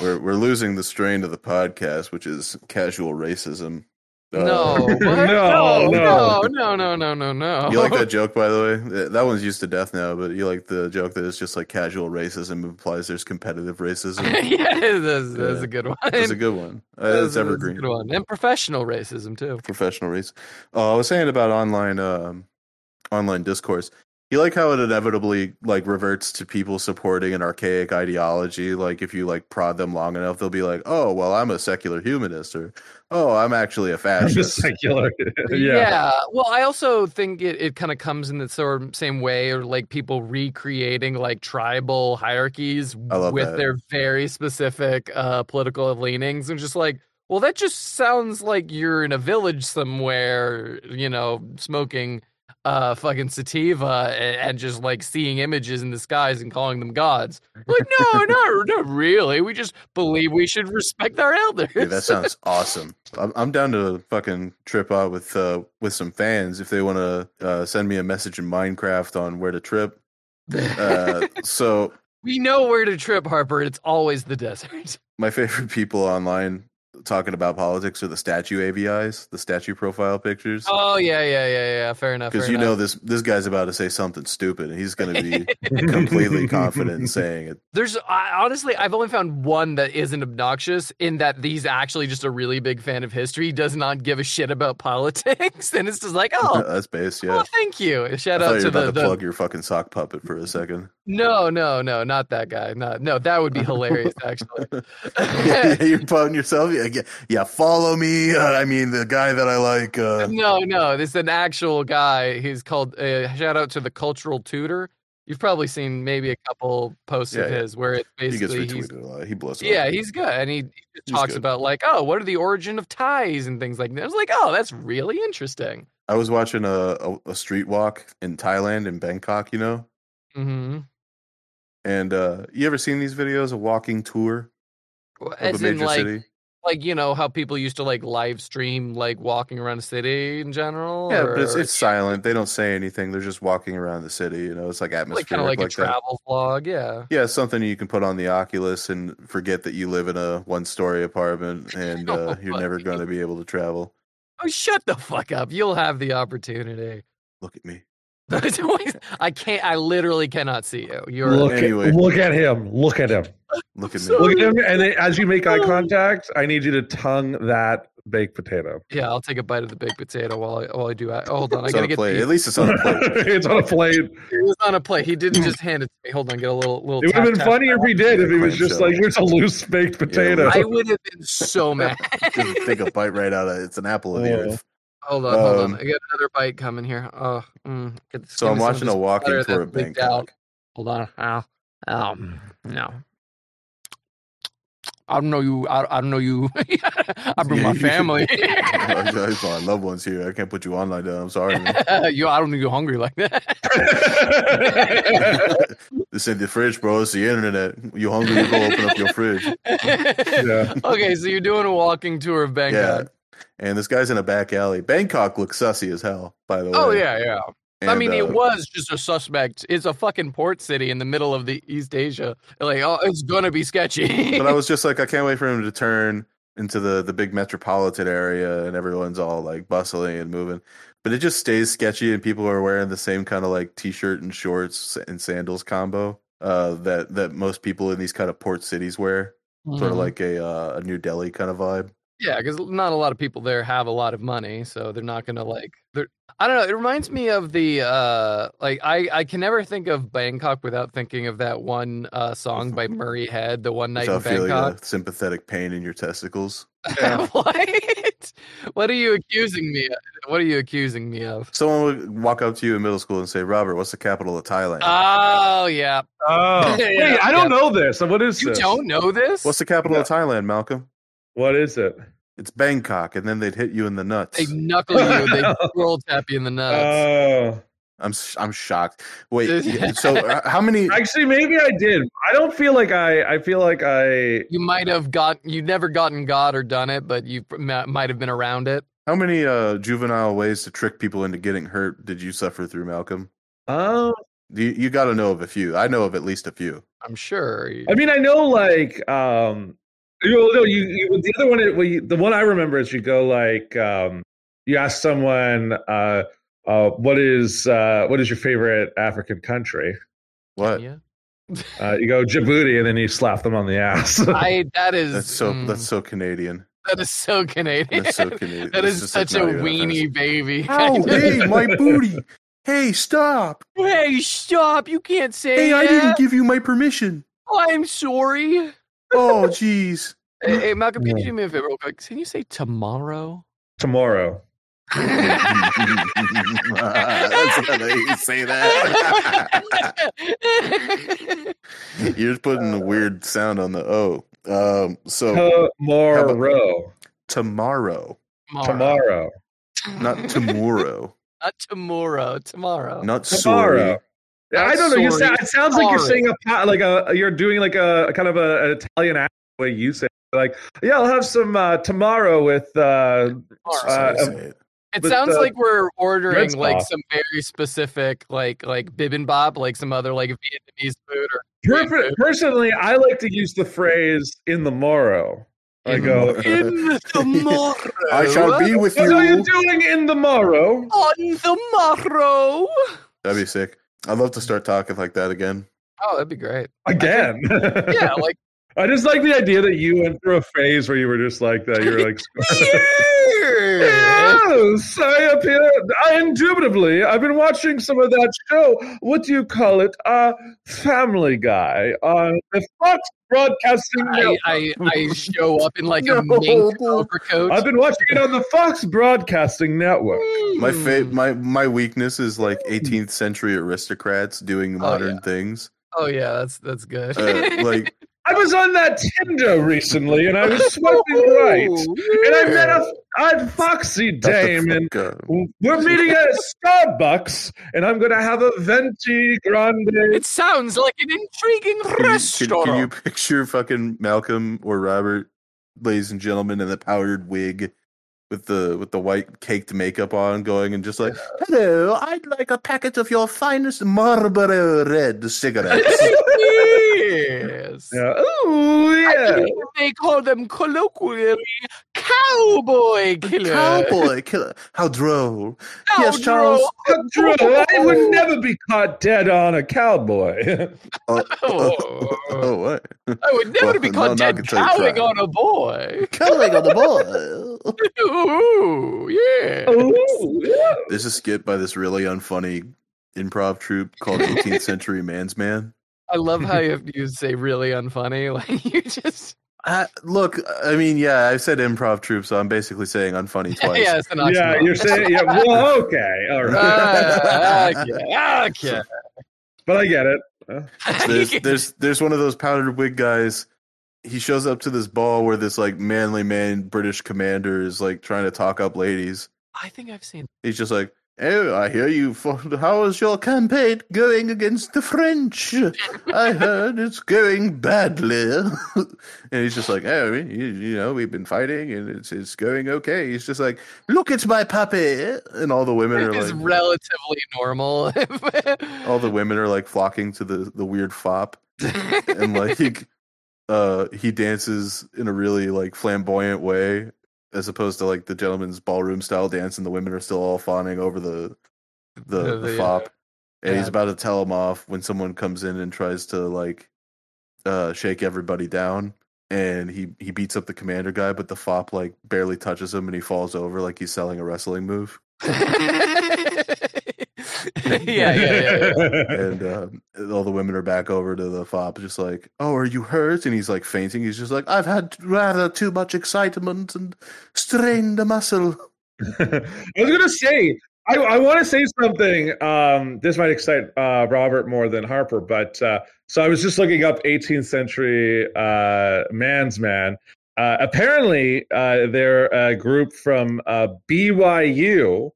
Speaker 2: We're we're losing the strain of the podcast, which is casual racism. Uh,
Speaker 3: no, what?
Speaker 4: No,
Speaker 3: no, no, no, no, no, no.
Speaker 2: You like that joke, by the way? Th- That one's used to death now, but you like the joke that it's just like casual racism implies there's competitive racism.
Speaker 3: yeah, that's, that's
Speaker 2: Yeah.
Speaker 3: a good one.
Speaker 2: It's a good one. Uh,
Speaker 3: That's-
Speaker 2: it's
Speaker 3: that's a
Speaker 2: evergreen.
Speaker 3: good one. And professional racism too.
Speaker 2: professional race. Uh, I was saying about online um, online discourse. You like how it inevitably like reverts to people supporting an archaic ideology. Like if you like prod them long enough, they'll be like, "Oh, well, I'm a secular humanist," or "Oh, I'm actually a
Speaker 4: I'm
Speaker 2: fascist."
Speaker 4: just secular. yeah.
Speaker 3: Well, I also think it, it kind of comes in the sort of same way, or like people recreating like tribal hierarchies
Speaker 2: I love
Speaker 3: with
Speaker 2: that.
Speaker 3: their very specific uh, political leanings, and just like, well, that just sounds like you're in a village somewhere, you know, smoking uh fucking sativa and, and just like seeing images in the skies and calling them gods like no no not really we just believe we should respect our elders
Speaker 2: Dude, that sounds awesome. I'm, I'm down to fucking trip out with uh, with some fans if they want to uh, send me a message in Minecraft on where to trip. Uh, so
Speaker 3: We know where to trip, Harper. It's always the desert.
Speaker 2: my favorite people online talking about politics are the statue AVIs, the statue profile pictures.
Speaker 3: Oh yeah, yeah, yeah, yeah. Fair enough.
Speaker 2: Because
Speaker 3: fair
Speaker 2: you know
Speaker 3: enough.
Speaker 2: this this guy's about to say something stupid, and he's going to be completely confident in saying it.
Speaker 3: there's I, honestly, I've only found one that isn't obnoxious in that he's actually just a really big fan of history, does not give a shit about politics, and it's just like, oh,
Speaker 2: That's base, yeah.
Speaker 3: well, thank you.
Speaker 2: I
Speaker 3: Shout
Speaker 2: thought
Speaker 3: out
Speaker 2: you were
Speaker 3: to
Speaker 2: about
Speaker 3: the,
Speaker 2: to
Speaker 3: the
Speaker 2: plug your fucking sock puppet for a second.
Speaker 3: no, no, no, not that guy. Not no, that would be hilarious actually.
Speaker 2: yeah, yeah, you're pumping yourself. Yeah, yeah, yeah, follow me. Uh, I mean, the guy that I like. Uh,
Speaker 3: no, no, this is an actual guy. He's called. Uh, shout out to the cultural tutor. You've probably seen maybe a couple posts
Speaker 2: Yeah,
Speaker 3: of
Speaker 2: yeah.
Speaker 3: his where it's
Speaker 2: he gets
Speaker 3: basically he's
Speaker 2: retweeted a lot. He blows. it up.
Speaker 3: Yeah, he's good, and he, he just
Speaker 2: He's
Speaker 3: talks
Speaker 2: good.
Speaker 3: about like, oh, what are the origin of ties and things like that. I was like, oh, that's really interesting.
Speaker 2: I was watching a, a a street walk in Thailand in Bangkok. You know,
Speaker 3: Mm-hmm.
Speaker 2: and uh, you ever seen these videos? A walking tour of
Speaker 3: As
Speaker 2: a
Speaker 3: in
Speaker 2: major
Speaker 3: like,
Speaker 2: city.
Speaker 3: like you know how people used to like live stream like walking around a city in general.
Speaker 2: Yeah, but it's,
Speaker 3: or-
Speaker 2: it's silent. They don't say anything. They're just walking around the city. You know, it's like
Speaker 3: like
Speaker 2: atmospheric
Speaker 3: kind of
Speaker 2: like,
Speaker 3: like, a
Speaker 2: that.
Speaker 3: travel vlog. Yeah.
Speaker 2: Yeah, it's something you can put on the Oculus and forget that you live in a one-story apartment and uh, you're never going to be able to travel.
Speaker 3: Oh, shut the fuck up! You'll have the opportunity.
Speaker 2: Look at me.
Speaker 3: It's always- I can't. I literally cannot see you. You're.
Speaker 4: Look,
Speaker 2: Anyway.
Speaker 4: at, look at him. Look at him.
Speaker 2: Look at me.
Speaker 3: So-
Speaker 4: Look at him. And then as you make
Speaker 2: Oh.
Speaker 4: eye contact, I need you to tongue that baked potato.
Speaker 3: Yeah, I'll take a bite of the baked potato while I while I do. I, hold on, I
Speaker 2: It's on
Speaker 3: gotta
Speaker 2: a
Speaker 3: get
Speaker 2: plate.
Speaker 3: the
Speaker 2: At least it's on a plate.
Speaker 4: it's on a plate.
Speaker 3: It was on a plate. He
Speaker 2: Mm.
Speaker 3: didn't just hand it to me. Hold on, get a little little.
Speaker 4: It would have
Speaker 3: tap,
Speaker 4: been
Speaker 3: tap.
Speaker 4: funnier if he did, if he was just like, here's a loose baked potato.
Speaker 3: I would have been so mad.
Speaker 2: Just take a bite right out of It's an apple of the
Speaker 4: Yeah.
Speaker 3: Oh,
Speaker 2: earth.
Speaker 3: Hold on, hold on.
Speaker 2: Um,
Speaker 3: I got another bite coming here. Oh, mm, get this-
Speaker 2: So
Speaker 3: give
Speaker 2: I'm
Speaker 3: me some of
Speaker 2: watching
Speaker 3: this
Speaker 2: a walking
Speaker 3: butter
Speaker 2: tour
Speaker 3: that
Speaker 2: of
Speaker 3: leaked
Speaker 2: Bangkok.
Speaker 3: Hold on. Ow. Ow. No. I don't know you. I, I don't know you. I bring my family.
Speaker 2: I just- I love ones here. I can't put you on like that. I'm sorry. man.
Speaker 3: you, I don't think you're hungry like that.
Speaker 2: this ain't the fridge, bro. It's the internet. You hungry? You go open up your fridge.
Speaker 4: yeah.
Speaker 3: Okay, so you're doing a walking tour of
Speaker 2: Yeah.
Speaker 3: Bangkok.
Speaker 2: And this guy's in a back alley. Bangkok looks sussy as hell, by the way.
Speaker 3: Oh yeah, yeah. I
Speaker 2: And,
Speaker 3: mean,
Speaker 2: uh,
Speaker 3: it was just a suspect. It's a fucking port city in the middle of the East Asia. Like, oh, it's gonna be sketchy.
Speaker 2: but I was just like, I can't wait for him to turn into the the big metropolitan area, and everyone's all like bustling and moving. But it just stays sketchy, and people are wearing the same kind of like t-shirt and shorts and sandals combo uh, that that most people in these kind of port cities wear, sort
Speaker 3: Mm-hmm.
Speaker 2: of like a uh, a New Delhi kind of vibe.
Speaker 3: yeah, because not a lot of people there have a lot of money, so they're not gonna like. They're, I don't know. It reminds me of the uh, like I I can never think of Bangkok without thinking of that one uh song by Murray Head, the one night
Speaker 2: so
Speaker 3: in
Speaker 2: feeling
Speaker 3: Bangkok.
Speaker 2: a sympathetic pain in your testicles.
Speaker 4: Yeah.
Speaker 3: what? What are you accusing me? Of? What are you accusing me of?
Speaker 2: Someone would walk up to you in middle school and say, Robert, what's the capital of Thailand?
Speaker 3: Oh yeah,
Speaker 4: Oh,
Speaker 3: Yeah,
Speaker 4: wait,
Speaker 3: yeah,
Speaker 4: I don't know this. What is
Speaker 3: you
Speaker 4: this?
Speaker 3: don't know this.
Speaker 2: what's the capital
Speaker 4: no.
Speaker 2: of Thailand, Malcolm?
Speaker 4: What is it?
Speaker 2: It's Bangkok, and then they'd hit you in the nuts.
Speaker 3: They knuckle you. They roll tap you in the
Speaker 2: Uh,
Speaker 3: nuts.
Speaker 4: Oh,
Speaker 2: I'm sh- I'm shocked. Wait, yeah, so uh, how many?
Speaker 4: actually, maybe I did. I don't feel like I. I feel like I.
Speaker 3: you might have got. You never gotten got or done it, but you m- might have been around it.
Speaker 2: How many uh, juvenile ways to trick people into getting hurt did you suffer through, Malcolm?
Speaker 4: Oh,
Speaker 2: You, you got to know of a few. I know of at least a few.
Speaker 3: I'm sure. You-
Speaker 4: I mean, I know like um you know, no, you, you the other one is- well, you, the one I remember is you go like um you ask someone uh uh what is uh what is your favorite African country?
Speaker 2: What?
Speaker 3: Yeah.
Speaker 4: Uh you go Djibouti and then you slap them on the ass.
Speaker 3: I that is
Speaker 2: That's so
Speaker 3: mm,
Speaker 2: that's so Canadian.
Speaker 3: that is so Canadian.
Speaker 2: That's so Canadian.
Speaker 3: That
Speaker 2: It's
Speaker 3: is
Speaker 2: just, like,
Speaker 3: such
Speaker 2: not
Speaker 3: a
Speaker 2: even
Speaker 3: weenie baby.
Speaker 2: offensive.
Speaker 3: kind of-
Speaker 2: Oh, hey, my booty. Hey, stop.
Speaker 3: Hey, stop! You can't say
Speaker 2: Hey, I
Speaker 3: that. Oh,
Speaker 2: didn't give you my permission.
Speaker 3: I'm sorry.
Speaker 2: Oh, jeez.
Speaker 3: Hey, hey, Malcolm, can
Speaker 4: Yeah.
Speaker 3: you do me a favor real quick? Can you say tomorrow?
Speaker 4: Tomorrow.
Speaker 2: That's how they say that. You're just putting a weird sound on the O. Um, so
Speaker 4: Tomorrow.
Speaker 2: tomorrow,
Speaker 3: tomorrow.
Speaker 4: Tomorrow.
Speaker 2: not tomorrow,
Speaker 3: Not tomorrow. Tomorrow.
Speaker 2: not sorry.
Speaker 4: Tomorrow. Yeah, I don't know. You sound, it sounds like you're saying a pa- like a you're doing like a, a kind of a, an Italian accent the way you say it. like yeah I'll have some uh, tomorrow with uh,
Speaker 3: Tomorrow.
Speaker 4: Uh,
Speaker 2: That's how they say it.
Speaker 3: it
Speaker 4: with,
Speaker 3: sounds
Speaker 4: uh,
Speaker 3: like we're ordering
Speaker 4: Red
Speaker 3: like
Speaker 4: Sauce.
Speaker 3: some very specific, like like bibimbap, like some other like Vietnamese food or
Speaker 4: Per- personally, I like to use the phrase "in the morrow." I
Speaker 3: In
Speaker 4: go,
Speaker 3: in the tomorrow.
Speaker 2: I shall be with
Speaker 4: "What are you
Speaker 2: you.
Speaker 4: doing in the morrow?"
Speaker 3: on tomorrow.
Speaker 2: That'd be sick. I'd love to start talking like that again.
Speaker 3: Oh, that'd be great.
Speaker 4: Again.
Speaker 3: Yeah, like
Speaker 4: I just like the idea that you went through a phase where you were just like that. You were like,
Speaker 3: yeah.
Speaker 4: "Yes, I appear I, indubitably. I've been watching some of that show. What do you call it? Uh, Family Guy on the Fox Broadcasting
Speaker 3: I,
Speaker 4: Network."
Speaker 3: I, I show up in like a
Speaker 2: No.
Speaker 3: mink overcoat.
Speaker 4: I've been watching it on the Fox Broadcasting Network.
Speaker 3: Hmm.
Speaker 2: My fa-
Speaker 4: Hmm.
Speaker 2: my my weakness is like 18th century aristocrats doing modern things.
Speaker 3: Oh yeah, that's that's good.
Speaker 2: Uh, like
Speaker 4: I was on that Tinder recently, and I was swiping right, and I met a, a foxy
Speaker 2: shut the
Speaker 4: dame, and
Speaker 2: fuck up.
Speaker 4: we're meeting at Starbucks, and I'm going to have a venti grande.
Speaker 3: It sounds like an intriguing
Speaker 2: Can you, can-
Speaker 3: restaurant.
Speaker 2: can you picture fucking Malcolm or Robert, ladies and gentlemen, in the powdered wig with the with the white caked makeup on, going and just like, "Hello, I'd like a packet of your finest Marlboro Red cigarettes."
Speaker 3: yes.
Speaker 4: Yeah. Oh
Speaker 3: I
Speaker 4: yeah,
Speaker 3: believe They call them colloquially cowboy killer.
Speaker 2: Cowboy killer, how droll!
Speaker 3: Cow
Speaker 2: Yes, Charles.
Speaker 3: draw.
Speaker 4: Drew, I would never be caught dead on a cowboy.
Speaker 2: Oh,
Speaker 3: Oh.
Speaker 2: oh, what?
Speaker 3: I would never
Speaker 2: Well,
Speaker 3: be
Speaker 2: no,
Speaker 3: caught
Speaker 2: not
Speaker 3: dead
Speaker 2: gonna tell you
Speaker 3: cowing
Speaker 2: crime.
Speaker 3: on a boy.
Speaker 2: Killing on the boy.
Speaker 3: Ooh, yeah.
Speaker 4: Ooh, yeah.
Speaker 2: This is skit by this really unfunny improv troupe called 18th Century Man's Man.
Speaker 3: I love how you, you say really unfunny. Like you just
Speaker 2: Uh, look, I mean, yeah, I said improv troupe, so I'm basically saying unfunny twice.
Speaker 3: yeah, it's an
Speaker 4: yeah,
Speaker 3: oxymoron.
Speaker 4: you're saying yeah. Well, okay, all
Speaker 3: Uh,
Speaker 4: right,
Speaker 3: Ah, okay,
Speaker 4: but I get it.
Speaker 2: there's
Speaker 3: okay.
Speaker 2: there's there's one of those powdered wig guys. He shows up to this ball where this like manly man British commander is like trying to talk up ladies.
Speaker 3: I think I've seen.
Speaker 2: He's just like, "Oh, I hear you. fought- How is your campaign going against the French? I heard it's going badly." and he's just like, "Oh, you, you know, we've been fighting and it's it's going okay." He's just like, "Look at my puppy," and all the women are
Speaker 3: It is
Speaker 2: like,
Speaker 3: relatively normal.
Speaker 2: all the women are like flocking to the the weird fop. and like uh he dances in a really like flamboyant way as opposed to like the gentleman's ballroom style dance and the women are still all fawning over the the,
Speaker 3: The-
Speaker 2: the,
Speaker 3: the, uh,
Speaker 2: fop and he's
Speaker 3: yeah.
Speaker 2: about to tell him off when someone comes in and tries to like uh shake everybody down and he he beats up the commander guy but the fop like barely touches him and he falls over like he's selling a wrestling move
Speaker 3: yeah, yeah, yeah, yeah.
Speaker 2: and uh, all the women are back over to the fop, just like, "Oh, are you hurt?" And he's like fainting. He's just like, "I've had rather too much excitement and strained the muscle."
Speaker 4: I was gonna say I, I want to say something. Um, this might excite uh, Robert more than Harper, but uh, so I was just looking up 18th century uh, man's man. Uh, apparently, uh, they're a group from uh, BYU,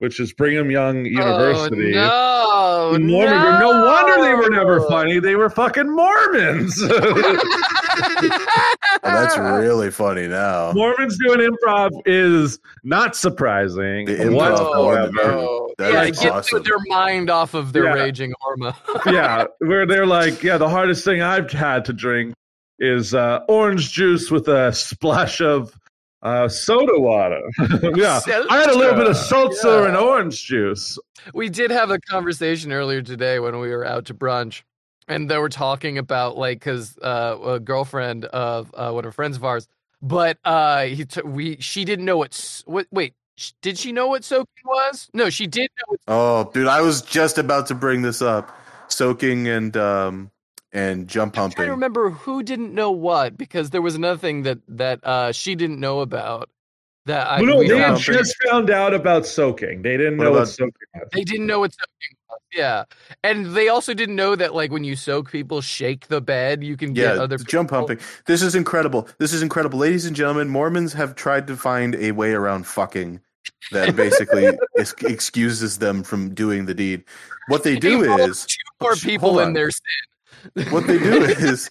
Speaker 4: which is Brigham Young University.
Speaker 3: Oh, no,
Speaker 4: Mormon group. no wonder they were never funny. They were fucking Mormons.
Speaker 2: Oh, that's really funny now.
Speaker 4: Mormons doing improv is not surprising.
Speaker 2: The improv
Speaker 4: whatsoever.
Speaker 2: Mormon. That
Speaker 3: yeah,
Speaker 2: is
Speaker 3: get
Speaker 2: awesome.
Speaker 3: their mind off of their
Speaker 4: Yeah.
Speaker 3: raging hormone.
Speaker 4: yeah, where they're like, yeah, the hardest thing I've had to drink is uh, orange juice with a splash of uh, soda water. yeah, I had a little bit of seltzer
Speaker 3: Yeah.
Speaker 4: and orange juice.
Speaker 3: We did have a conversation earlier today when we were out to brunch, and they were talking about like because uh, a girlfriend of uh, one of friends of ours, but uh, he t- we she didn't know what s- what wait sh- did she know what soaking was? No, she did know. What,
Speaker 2: Oh, dude, I was just about to bring this up. Soaking and um and jump
Speaker 3: I'm trying to
Speaker 2: pumping.
Speaker 3: remember who didn't know what because there was another thing that that uh, she didn't know about that I
Speaker 4: no,
Speaker 3: we
Speaker 4: they
Speaker 2: don't
Speaker 4: had
Speaker 3: found-
Speaker 2: have-
Speaker 4: just found out about soaking. They didn't
Speaker 2: What
Speaker 4: know
Speaker 2: about-
Speaker 4: what soaking was.
Speaker 3: They didn't know what soaking was. Yeah, and they also didn't know that like when you soak people, shake the bed, you can get
Speaker 2: Yeah,
Speaker 3: other
Speaker 2: the jump
Speaker 3: people-
Speaker 2: pumping. This is incredible. This is incredible. Ladies and gentlemen, Mormons have tried to find a way around fucking that basically ex- excuses them from doing the deed. What they do
Speaker 3: They roll
Speaker 2: is
Speaker 3: two more
Speaker 2: Sh-
Speaker 3: people
Speaker 2: hold
Speaker 3: in
Speaker 2: on.
Speaker 3: their sin.
Speaker 2: what they do is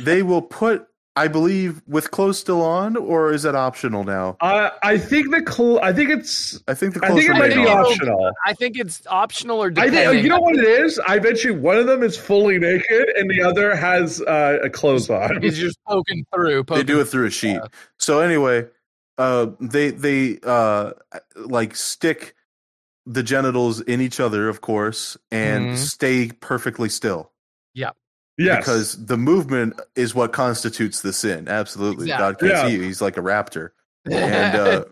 Speaker 2: they will put I believe with clothes still on or is that optional now?
Speaker 4: Uh, I think the cl- I think it's
Speaker 2: I think the
Speaker 4: I
Speaker 2: clothes
Speaker 4: think it might
Speaker 2: remain
Speaker 4: be
Speaker 2: on.
Speaker 4: optional.
Speaker 3: I think it's optional or
Speaker 4: I
Speaker 3: depending.
Speaker 4: think oh, you know what it is. I bet you one of them is fully naked and the other has uh, a clothes on.
Speaker 3: It's just poking through.
Speaker 2: they
Speaker 3: Poking
Speaker 2: do it through a sheet. So anyway, uh, they they uh, like stick the genitals in each other, of course, and
Speaker 3: Mhm.
Speaker 2: stay perfectly still
Speaker 4: Yes.
Speaker 2: because the movement is what constitutes the sin. Absolutely, God
Speaker 4: Exactly.
Speaker 2: can't
Speaker 4: Yeah.
Speaker 2: see you; he's like a raptor. and, uh,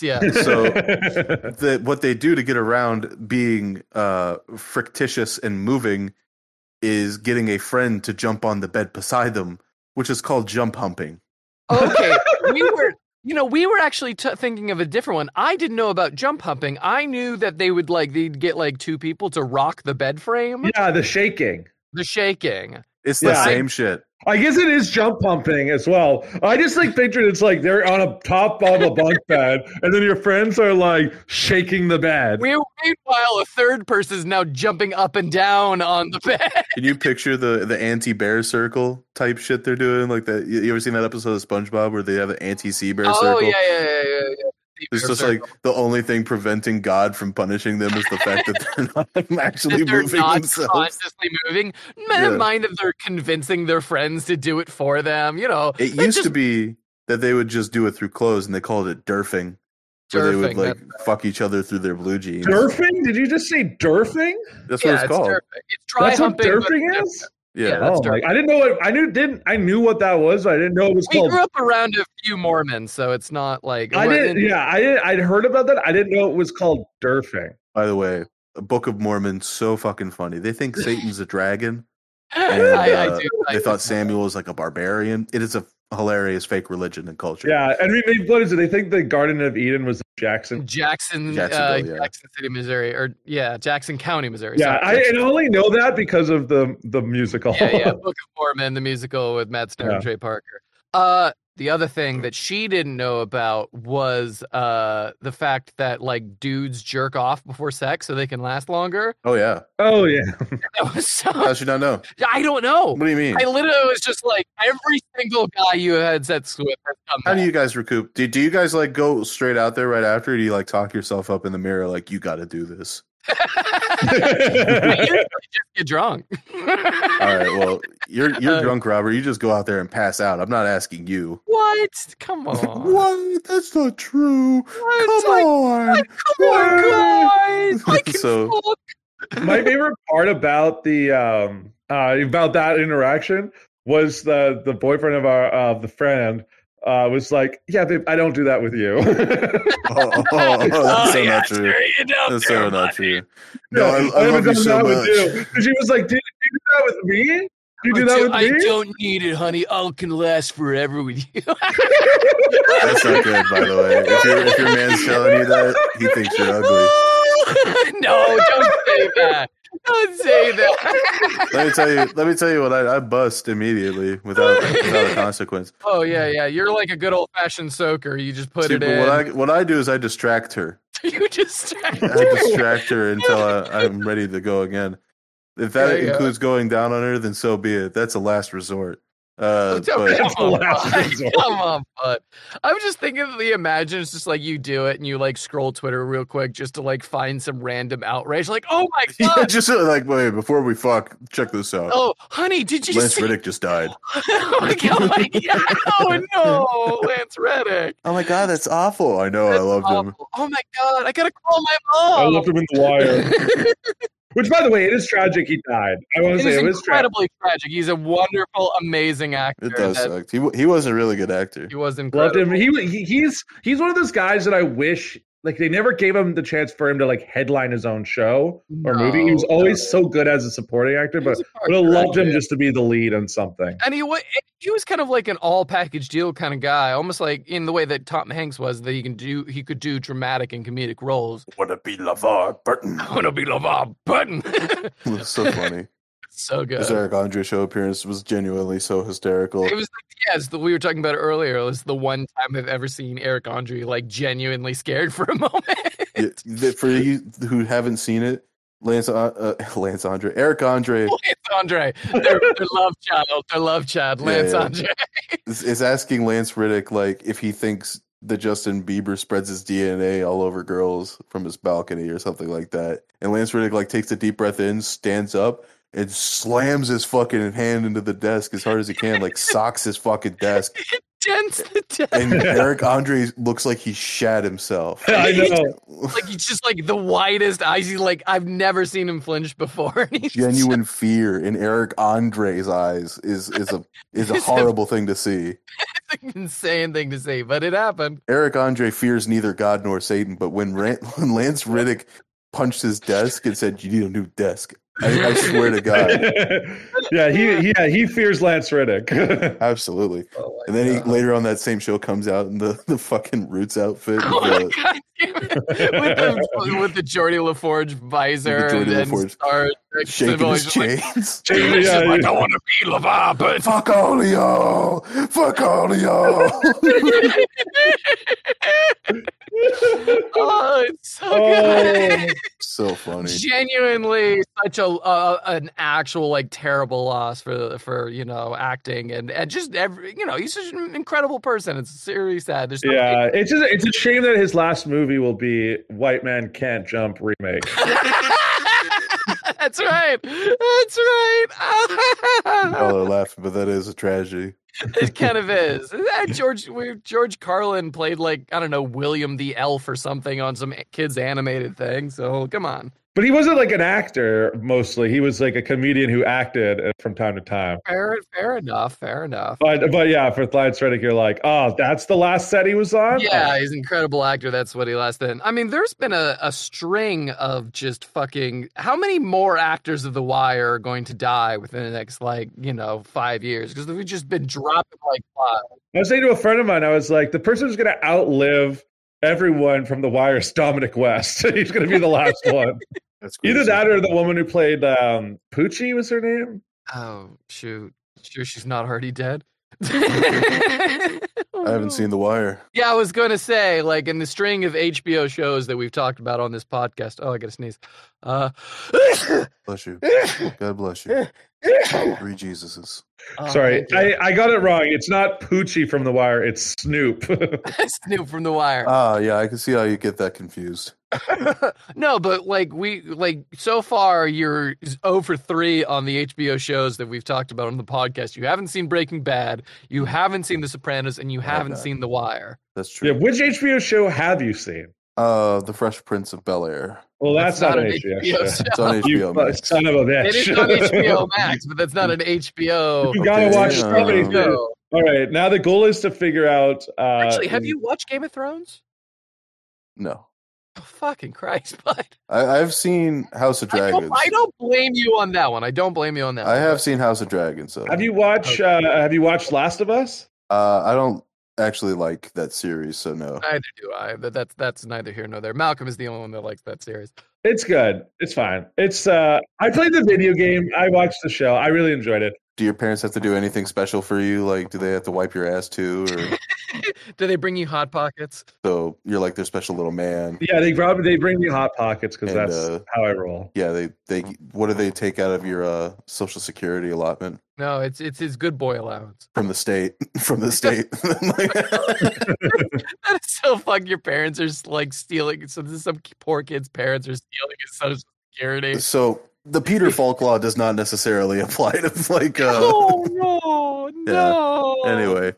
Speaker 3: yeah,
Speaker 2: so- The, what they do to get around being uh, frictitious and moving is getting a friend to jump on the bed beside them, which is called jump humping.
Speaker 3: okay, we were. You know, we were actually t- thinking of a different one. I didn't know about jump humping. I knew that they would like they'd get like two people to rock the bed frame,
Speaker 4: yeah, the shaking.
Speaker 3: the shaking.
Speaker 2: It's the
Speaker 4: Yeah.
Speaker 2: same shit.
Speaker 4: I guess it is jump pumping as well. I just like pictured it's like they're on a top of a bunk bed, and then your friends are like shaking the bed.
Speaker 3: We meanwhile a third person is now jumping up and down on the bed.
Speaker 2: Can you picture the the anti bear circle type shit they're doing? Like that, you you ever seen that episode of SpongeBob where they have an anti sea bear
Speaker 3: Oh
Speaker 2: circle?
Speaker 3: yeah, yeah, yeah, yeah. yeah.
Speaker 2: It's just like the only thing preventing God from punishing them is the fact that they're not actually
Speaker 3: that they're
Speaker 2: moving
Speaker 3: not
Speaker 2: themselves.
Speaker 3: consciously moving. Never
Speaker 2: Yeah.
Speaker 3: mind if they're convincing their friends to do it for them. You know,
Speaker 2: It
Speaker 3: They
Speaker 2: used to
Speaker 3: just-
Speaker 2: be that they would just do it through clothes, and they called it derfing, where they would
Speaker 3: Surfing,
Speaker 2: like
Speaker 3: that-
Speaker 2: fuck each other through their blue jeans.
Speaker 4: Durfing? Did you just say durfing?
Speaker 2: That's
Speaker 3: yeah,
Speaker 2: what it's called.
Speaker 3: surfing. It's dry
Speaker 4: That's what
Speaker 3: humping. but
Speaker 4: durfing
Speaker 3: it's
Speaker 4: is.
Speaker 2: Yeah.
Speaker 3: Yeah.
Speaker 4: Oh
Speaker 3: That's
Speaker 4: my!
Speaker 3: durfing.
Speaker 4: I didn't know it. I knew didn't. I knew what that was, but I didn't know it was
Speaker 3: different. We
Speaker 4: called.
Speaker 3: grew up around a few Mormons, so it's not like
Speaker 4: I didn't. Yeah, I didn't. I'd heard about that. I didn't know it was called durfing.
Speaker 2: By the way, Book of Mormon so fucking funny. They think Satan's a dragon.
Speaker 3: I,
Speaker 2: And,
Speaker 3: I
Speaker 2: uh,
Speaker 3: do.
Speaker 2: they
Speaker 3: like-
Speaker 2: thought Samuel was like a barbarian. It is a hilarious fake religion and culture.
Speaker 4: Yeah, and we made what is it? They think the Garden of Eden was Jackson.
Speaker 3: Jackson, uh,
Speaker 2: Jacksonville, yeah.
Speaker 3: Jackson City, Missouri, or yeah, Jackson County, Missouri.
Speaker 4: Yeah,
Speaker 3: sorry.
Speaker 4: I, and I only know that because of the the musical.
Speaker 3: yeah, yeah. Book of Mormon, the musical with Matt Stone
Speaker 4: Yeah.
Speaker 3: and Trey Parker. Uh, the other thing that she didn't know about was uh the fact that like dudes jerk off before sex so they can last longer.
Speaker 2: Oh yeah.
Speaker 4: oh yeah.
Speaker 3: That was so.
Speaker 2: How should I know?
Speaker 3: I don't know.
Speaker 2: What do you mean?
Speaker 3: I literally was just like every single guy you had sex with has done
Speaker 2: How do
Speaker 3: that.
Speaker 2: you guys recoup? Do, do you guys like go straight out there right after? Or do you like talk yourself up in the mirror like you got to do this?
Speaker 3: I usually just get drunk.
Speaker 2: All right. Well, you're you're
Speaker 3: Uh,
Speaker 2: drunk, Robert. You just go out there and pass out. I'm not asking you.
Speaker 3: What? Come on.
Speaker 2: What? That's not true.
Speaker 3: What?
Speaker 2: Come
Speaker 3: Like,
Speaker 2: on.
Speaker 3: Come on, guys. I can
Speaker 2: So-
Speaker 3: fuck.
Speaker 4: my favorite part about the um uh about that interaction was the the boyfriend of our of the friend uh, was like, "Yeah, babe, I don't do that with you."
Speaker 2: Oh, oh, oh, oh, that's so not true.
Speaker 5: You don't
Speaker 2: That's
Speaker 5: do
Speaker 2: so
Speaker 5: it,
Speaker 2: not
Speaker 5: buddy.
Speaker 2: true. No, I, I
Speaker 4: haven't
Speaker 2: love you
Speaker 4: done
Speaker 2: so
Speaker 4: that with
Speaker 2: much.
Speaker 4: you. And she was like, "Did you do that with me? You do that with
Speaker 3: I
Speaker 4: me?"
Speaker 3: don't need it, honey. I can last forever with you.
Speaker 2: That's not good, by the way. If, your if your man's telling you that, he thinks you're ugly.
Speaker 3: no, don't say that. Don't say that.
Speaker 2: Let me tell you. Let me tell you what I, I bust immediately without without a consequence.
Speaker 3: oh yeah, yeah. You're like a good old fashioned soaker. You just put
Speaker 2: See,
Speaker 3: it
Speaker 2: but
Speaker 3: in.
Speaker 2: what I what I do is I distract her.
Speaker 3: you just
Speaker 2: I distract her until I, I'm ready to go again. If that
Speaker 3: Yeah, yeah.
Speaker 2: includes going down on her, then so be it. That's a last resort. Uh,
Speaker 3: Oh, Don't-
Speaker 2: but-
Speaker 3: come,
Speaker 4: That's the
Speaker 3: on,
Speaker 4: last
Speaker 3: bud.
Speaker 4: resort.
Speaker 3: come on, bud. I was just thinking of the imagine. It's just like you do it and you like scroll Twitter real quick just to like find some random outrage. Like, oh my
Speaker 2: yeah,
Speaker 3: god.
Speaker 2: just uh, like wait, before we fuck, check this out.
Speaker 3: Oh, honey, did you
Speaker 2: Lance
Speaker 3: see?
Speaker 2: Riddick just died.
Speaker 3: oh, my God, my God. oh no, Lance Reddick.
Speaker 2: Oh my god, that's awful. I know, I loved him.
Speaker 3: Oh my god, I gotta call my
Speaker 4: I
Speaker 3: mom.
Speaker 4: left him in the wire.
Speaker 3: it
Speaker 4: Which, by the way, it is tragic. He died. I want to say
Speaker 3: is
Speaker 4: it was tragic.
Speaker 3: incredibly tragic. He's a wonderful, amazing actor.
Speaker 2: It does
Speaker 3: That-
Speaker 2: suck. He wa- he was a really good actor.
Speaker 3: He was
Speaker 4: Loved
Speaker 3: incredible.
Speaker 4: him. He, he he's he's one of those guys that I wish like they never gave him the chance for him to like headline his own show or movie. He was
Speaker 3: No,
Speaker 4: always so good as a supporting actor,
Speaker 3: He
Speaker 4: but
Speaker 3: was a part
Speaker 4: would have loved him
Speaker 3: director.
Speaker 4: just to be the lead on something.
Speaker 3: and he was he was kind of like an all package deal kind of guy, almost like in the way that Tom Hanks was that he can do he could do dramatic and comedic roles.
Speaker 2: Would it be LeVar Burton?
Speaker 3: I wanna be LeVar Burton.
Speaker 2: so funny.
Speaker 3: so good.
Speaker 2: His Eric Andre show appearance was genuinely so hysterical.
Speaker 3: It was like, yes, the, we were talking about it earlier. It was the one time I've ever seen Eric Andre like genuinely scared for a moment.
Speaker 2: Yeah, th- for you who haven't seen it, Lance uh, uh, Lance Andre, Eric Andre
Speaker 3: Lance Andre, their, their love child, their love child,
Speaker 2: Yeah,
Speaker 3: Lance
Speaker 2: yeah.
Speaker 3: Andre.
Speaker 2: is, is asking Lance Riddick like if he thinks that Justin Bieber spreads his DNA all over girls from his balcony or something like that. And Lance Riddick like takes a deep breath in, stands up, and slams his fucking hand into the desk as hard as he can, like socks his fucking desk.
Speaker 3: Dents the death.
Speaker 2: And Eric Andre looks like he shat himself.
Speaker 4: I know.
Speaker 3: Like he's just like the widest eyes. He's like I've never seen him flinch before. And he's
Speaker 2: Genuine fear in Eric Andre's eyes is is a is a
Speaker 3: Is a-
Speaker 2: horrible thing to see.
Speaker 3: just an insane thing to say, but it happened.
Speaker 2: Eric Andre fears neither God nor Satan, but when, Ran- when Lance Riddick punched his desk and said, "You need a new desk," I, I swear to God,
Speaker 4: yeah, he he- yeah, he fears Lance Riddick.
Speaker 2: absolutely.
Speaker 3: Oh
Speaker 2: And then he later on that same show comes out in the, the fucking Roots outfit,
Speaker 3: Oh
Speaker 2: with
Speaker 3: my
Speaker 2: the,
Speaker 3: god! Damn it. With, the, with the Geordie LaForge visor
Speaker 2: With the Geordie
Speaker 3: and then
Speaker 2: LaForge.
Speaker 3: star
Speaker 2: shaking his
Speaker 3: like,
Speaker 2: chains.
Speaker 4: Yeah,
Speaker 3: he's just
Speaker 4: yeah.
Speaker 3: like, oh. I want to be LeVar, but
Speaker 2: Fuck all of y'all! Fuck all of y'all!
Speaker 3: oh, it's so good.
Speaker 4: oh,
Speaker 2: so funny.
Speaker 3: genuinely such a uh, an actual like terrible loss for for you know acting and and just every you know he's such an incredible person it's seriously sad there's no-
Speaker 4: yeah, it's just, it's a shame that his last movie will be White Man Can't Jump remake.
Speaker 3: that's right that's right
Speaker 2: Y'all are laughing, but that is a tragedy.
Speaker 3: it kind of is That george we- george carlin played like i don't know william the elf or something on some kids animated thing so come on
Speaker 4: But he wasn't like an actor mostly. He was like a comedian who acted uh, from time to time.
Speaker 3: fair fair enough fair enough
Speaker 4: But but yeah, for Lance Reddick, you're like, oh, that's the last set he was on.
Speaker 3: Yeah, he's an incredible actor. That's what he last in. I mean, there's been a, a string of just fucking. How many more actors of The Wire are going to die within the next, like, you know, five years? Because we've just been dropping like flies.
Speaker 4: I was saying to a friend of mine, I was like, the person who's gonna outlive everyone from The Wire is Dominic West. He's gonna be the last one.
Speaker 2: That's crazy.
Speaker 4: Either that or the woman who played um, Poochie was her name.
Speaker 3: Oh, shoot. Sure, she's not already dead.
Speaker 2: I haven't seen The Wire.
Speaker 3: Yeah, I was going to say, like, in the string of HBO shows that we've talked about on this podcast. Oh, I got to sneeze. Uh,
Speaker 2: Bless you.
Speaker 3: oh,
Speaker 2: God bless you. Three Jesuses.
Speaker 4: Sorry,
Speaker 3: thank you.
Speaker 4: I, I got it wrong. It's not Poochie from The Wire. It's Snoop.
Speaker 3: Snoop from The Wire.
Speaker 4: Uh,
Speaker 2: Ah, yeah, I can see how you get that confused.
Speaker 3: no, but like we like so far you're 0 for 3 on the HBO shows that we've talked about on the podcast. You haven't seen Breaking Bad, you
Speaker 4: Mm-hmm.
Speaker 3: haven't seen The Sopranos, and you
Speaker 2: have
Speaker 3: haven't
Speaker 2: not.
Speaker 3: seen The Wire.
Speaker 2: That's true.
Speaker 4: yeah, which HBO show have you seen?
Speaker 2: Uh, The Fresh Prince of Bell Air.
Speaker 4: Well, that's, not, an
Speaker 3: HBO
Speaker 4: HBO, show.
Speaker 3: show.
Speaker 2: It's on
Speaker 4: You
Speaker 2: HBO Max.
Speaker 4: son of a bitch.
Speaker 3: It is on HBO Max, but that's not an HBO.
Speaker 4: You gotta
Speaker 2: Okay.
Speaker 4: watch
Speaker 2: Yeah.
Speaker 4: somebody.
Speaker 2: Yeah.
Speaker 4: dude.
Speaker 3: show.
Speaker 4: All right. Now the goal is to figure out. Uh,
Speaker 3: Actually, have you watched Game of Thrones?
Speaker 2: No,
Speaker 3: Oh, fucking Christ, bud.
Speaker 2: I, I've seen House of
Speaker 3: I
Speaker 2: Dragons.
Speaker 3: don't, I don't blame you on that one. I don't blame you on that
Speaker 2: I
Speaker 3: one.
Speaker 2: have seen House of Dragons. So
Speaker 4: Have you watched?
Speaker 3: Okay.
Speaker 4: Uh, have you watched Last of Us?
Speaker 2: Uh, I don't actually like that series, so no.
Speaker 3: Neither do I. But that's that's neither here nor there. Malcolm is the only one that likes that series.
Speaker 4: It's good. It's fine. It's. Uh, I played the video game. I watched the show. I really enjoyed it.
Speaker 2: Do your parents have to do anything special for you? Like, do they have to wipe your ass too, or
Speaker 3: do they bring you hot pockets?
Speaker 2: so you're like their special little man?
Speaker 4: Yeah, they probably they bring me hot pockets because
Speaker 2: And,
Speaker 4: that's
Speaker 2: uh,
Speaker 4: how I roll.
Speaker 2: Yeah, they they what do they take out of your uh, social security allotment
Speaker 3: No, it's it's his good boy allowance.
Speaker 2: from the state? From the state.
Speaker 3: That's so fuck. Your parents are like stealing. Some some poor kid's parents are stealing his social security.
Speaker 2: so the Peter Falk law does not necessarily apply to like. Uh,
Speaker 3: oh no, no.
Speaker 2: anyway,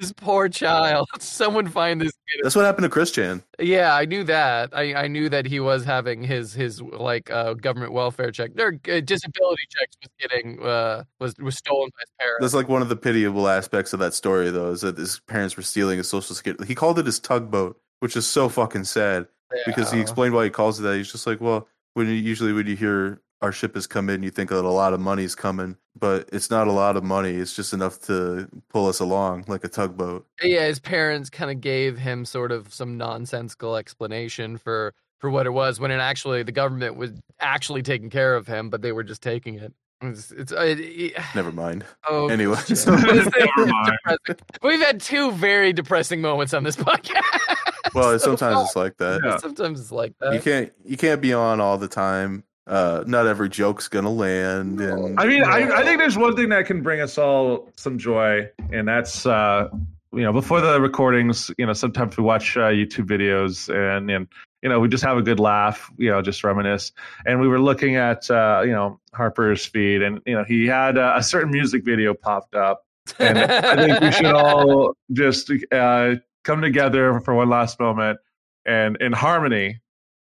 Speaker 3: this poor child. Someone find this kid.
Speaker 2: that's what happened to Chris Chan.
Speaker 3: Yeah, I knew that. I, I knew that he was having his his like uh, government welfare check or uh, disability checks was getting uh, was was stolen by his parents.
Speaker 2: That's like one of the pitiable aspects of that story, though, is that his parents were stealing his social security. He called it his tugboat, which is so fucking sad. because he
Speaker 3: Yeah.
Speaker 2: explained why he calls it that. He's just like, well, when you, usually when you hear our ship has come in, you think that a lot of money's coming, but it's not a lot of money. It's just enough to pull us along like a tugboat.
Speaker 3: yeah his parents kind of gave him sort of some nonsensical explanation for for what it was when it actually the government was actually taking care of him but they were just taking it it's, it's uh, it-
Speaker 2: Never mind.
Speaker 3: oh
Speaker 2: Anyway, so-
Speaker 3: this is
Speaker 4: Never mind.
Speaker 3: depressing. we've had two very depressing moments on this podcast
Speaker 2: well,
Speaker 3: So
Speaker 2: sometimes it's like that.
Speaker 4: Yeah.
Speaker 3: sometimes it's like
Speaker 2: You
Speaker 3: that
Speaker 2: can't you can't be on all the time. Uh, not every joke's gonna land. And
Speaker 4: I mean, I, I think there's one thing that can bring us all some joy, and that's uh, you know before the recordings, you know sometimes we watch uh, YouTube videos and and you know we just have a good laugh, you know just reminisce. And we were looking at uh, you know Harper's feed, and you know he had uh, a certain music video popped up, and I think we should all just uh, come together for one last moment and in harmony,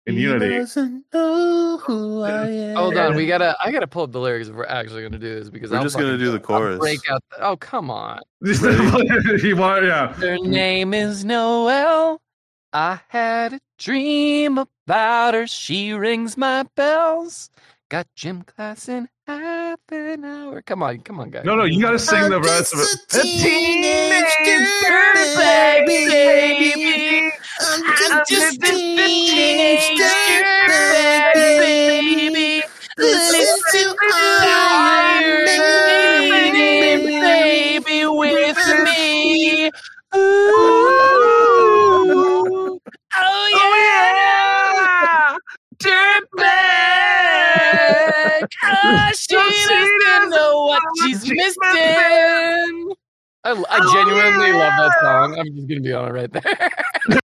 Speaker 4: in unity. Oh,
Speaker 2: doesn't know who I am.
Speaker 3: Hold on, we gotta. I gotta pull up the lyrics if we're actually gonna do this because
Speaker 2: We're
Speaker 3: I'll
Speaker 2: just gonna
Speaker 3: fucking-
Speaker 2: do the
Speaker 3: I'll
Speaker 2: chorus.
Speaker 3: Break out. The, oh come on.
Speaker 4: you want, yeah.
Speaker 3: Her name is Noel. I had a dream about her. She rings my bells. Got gym class in half an hour. Come on, come on, guys.
Speaker 4: No, no, you got to sing the rest of it.
Speaker 1: I'm just a teenage dirtbag baby. Listen to our name, baby.
Speaker 3: baby with me. Ooh. Oh yeah, dirtbag. Oh, she doesn't know what she's missing. I, I genuinely love that song. I'm just gonna be on it right there.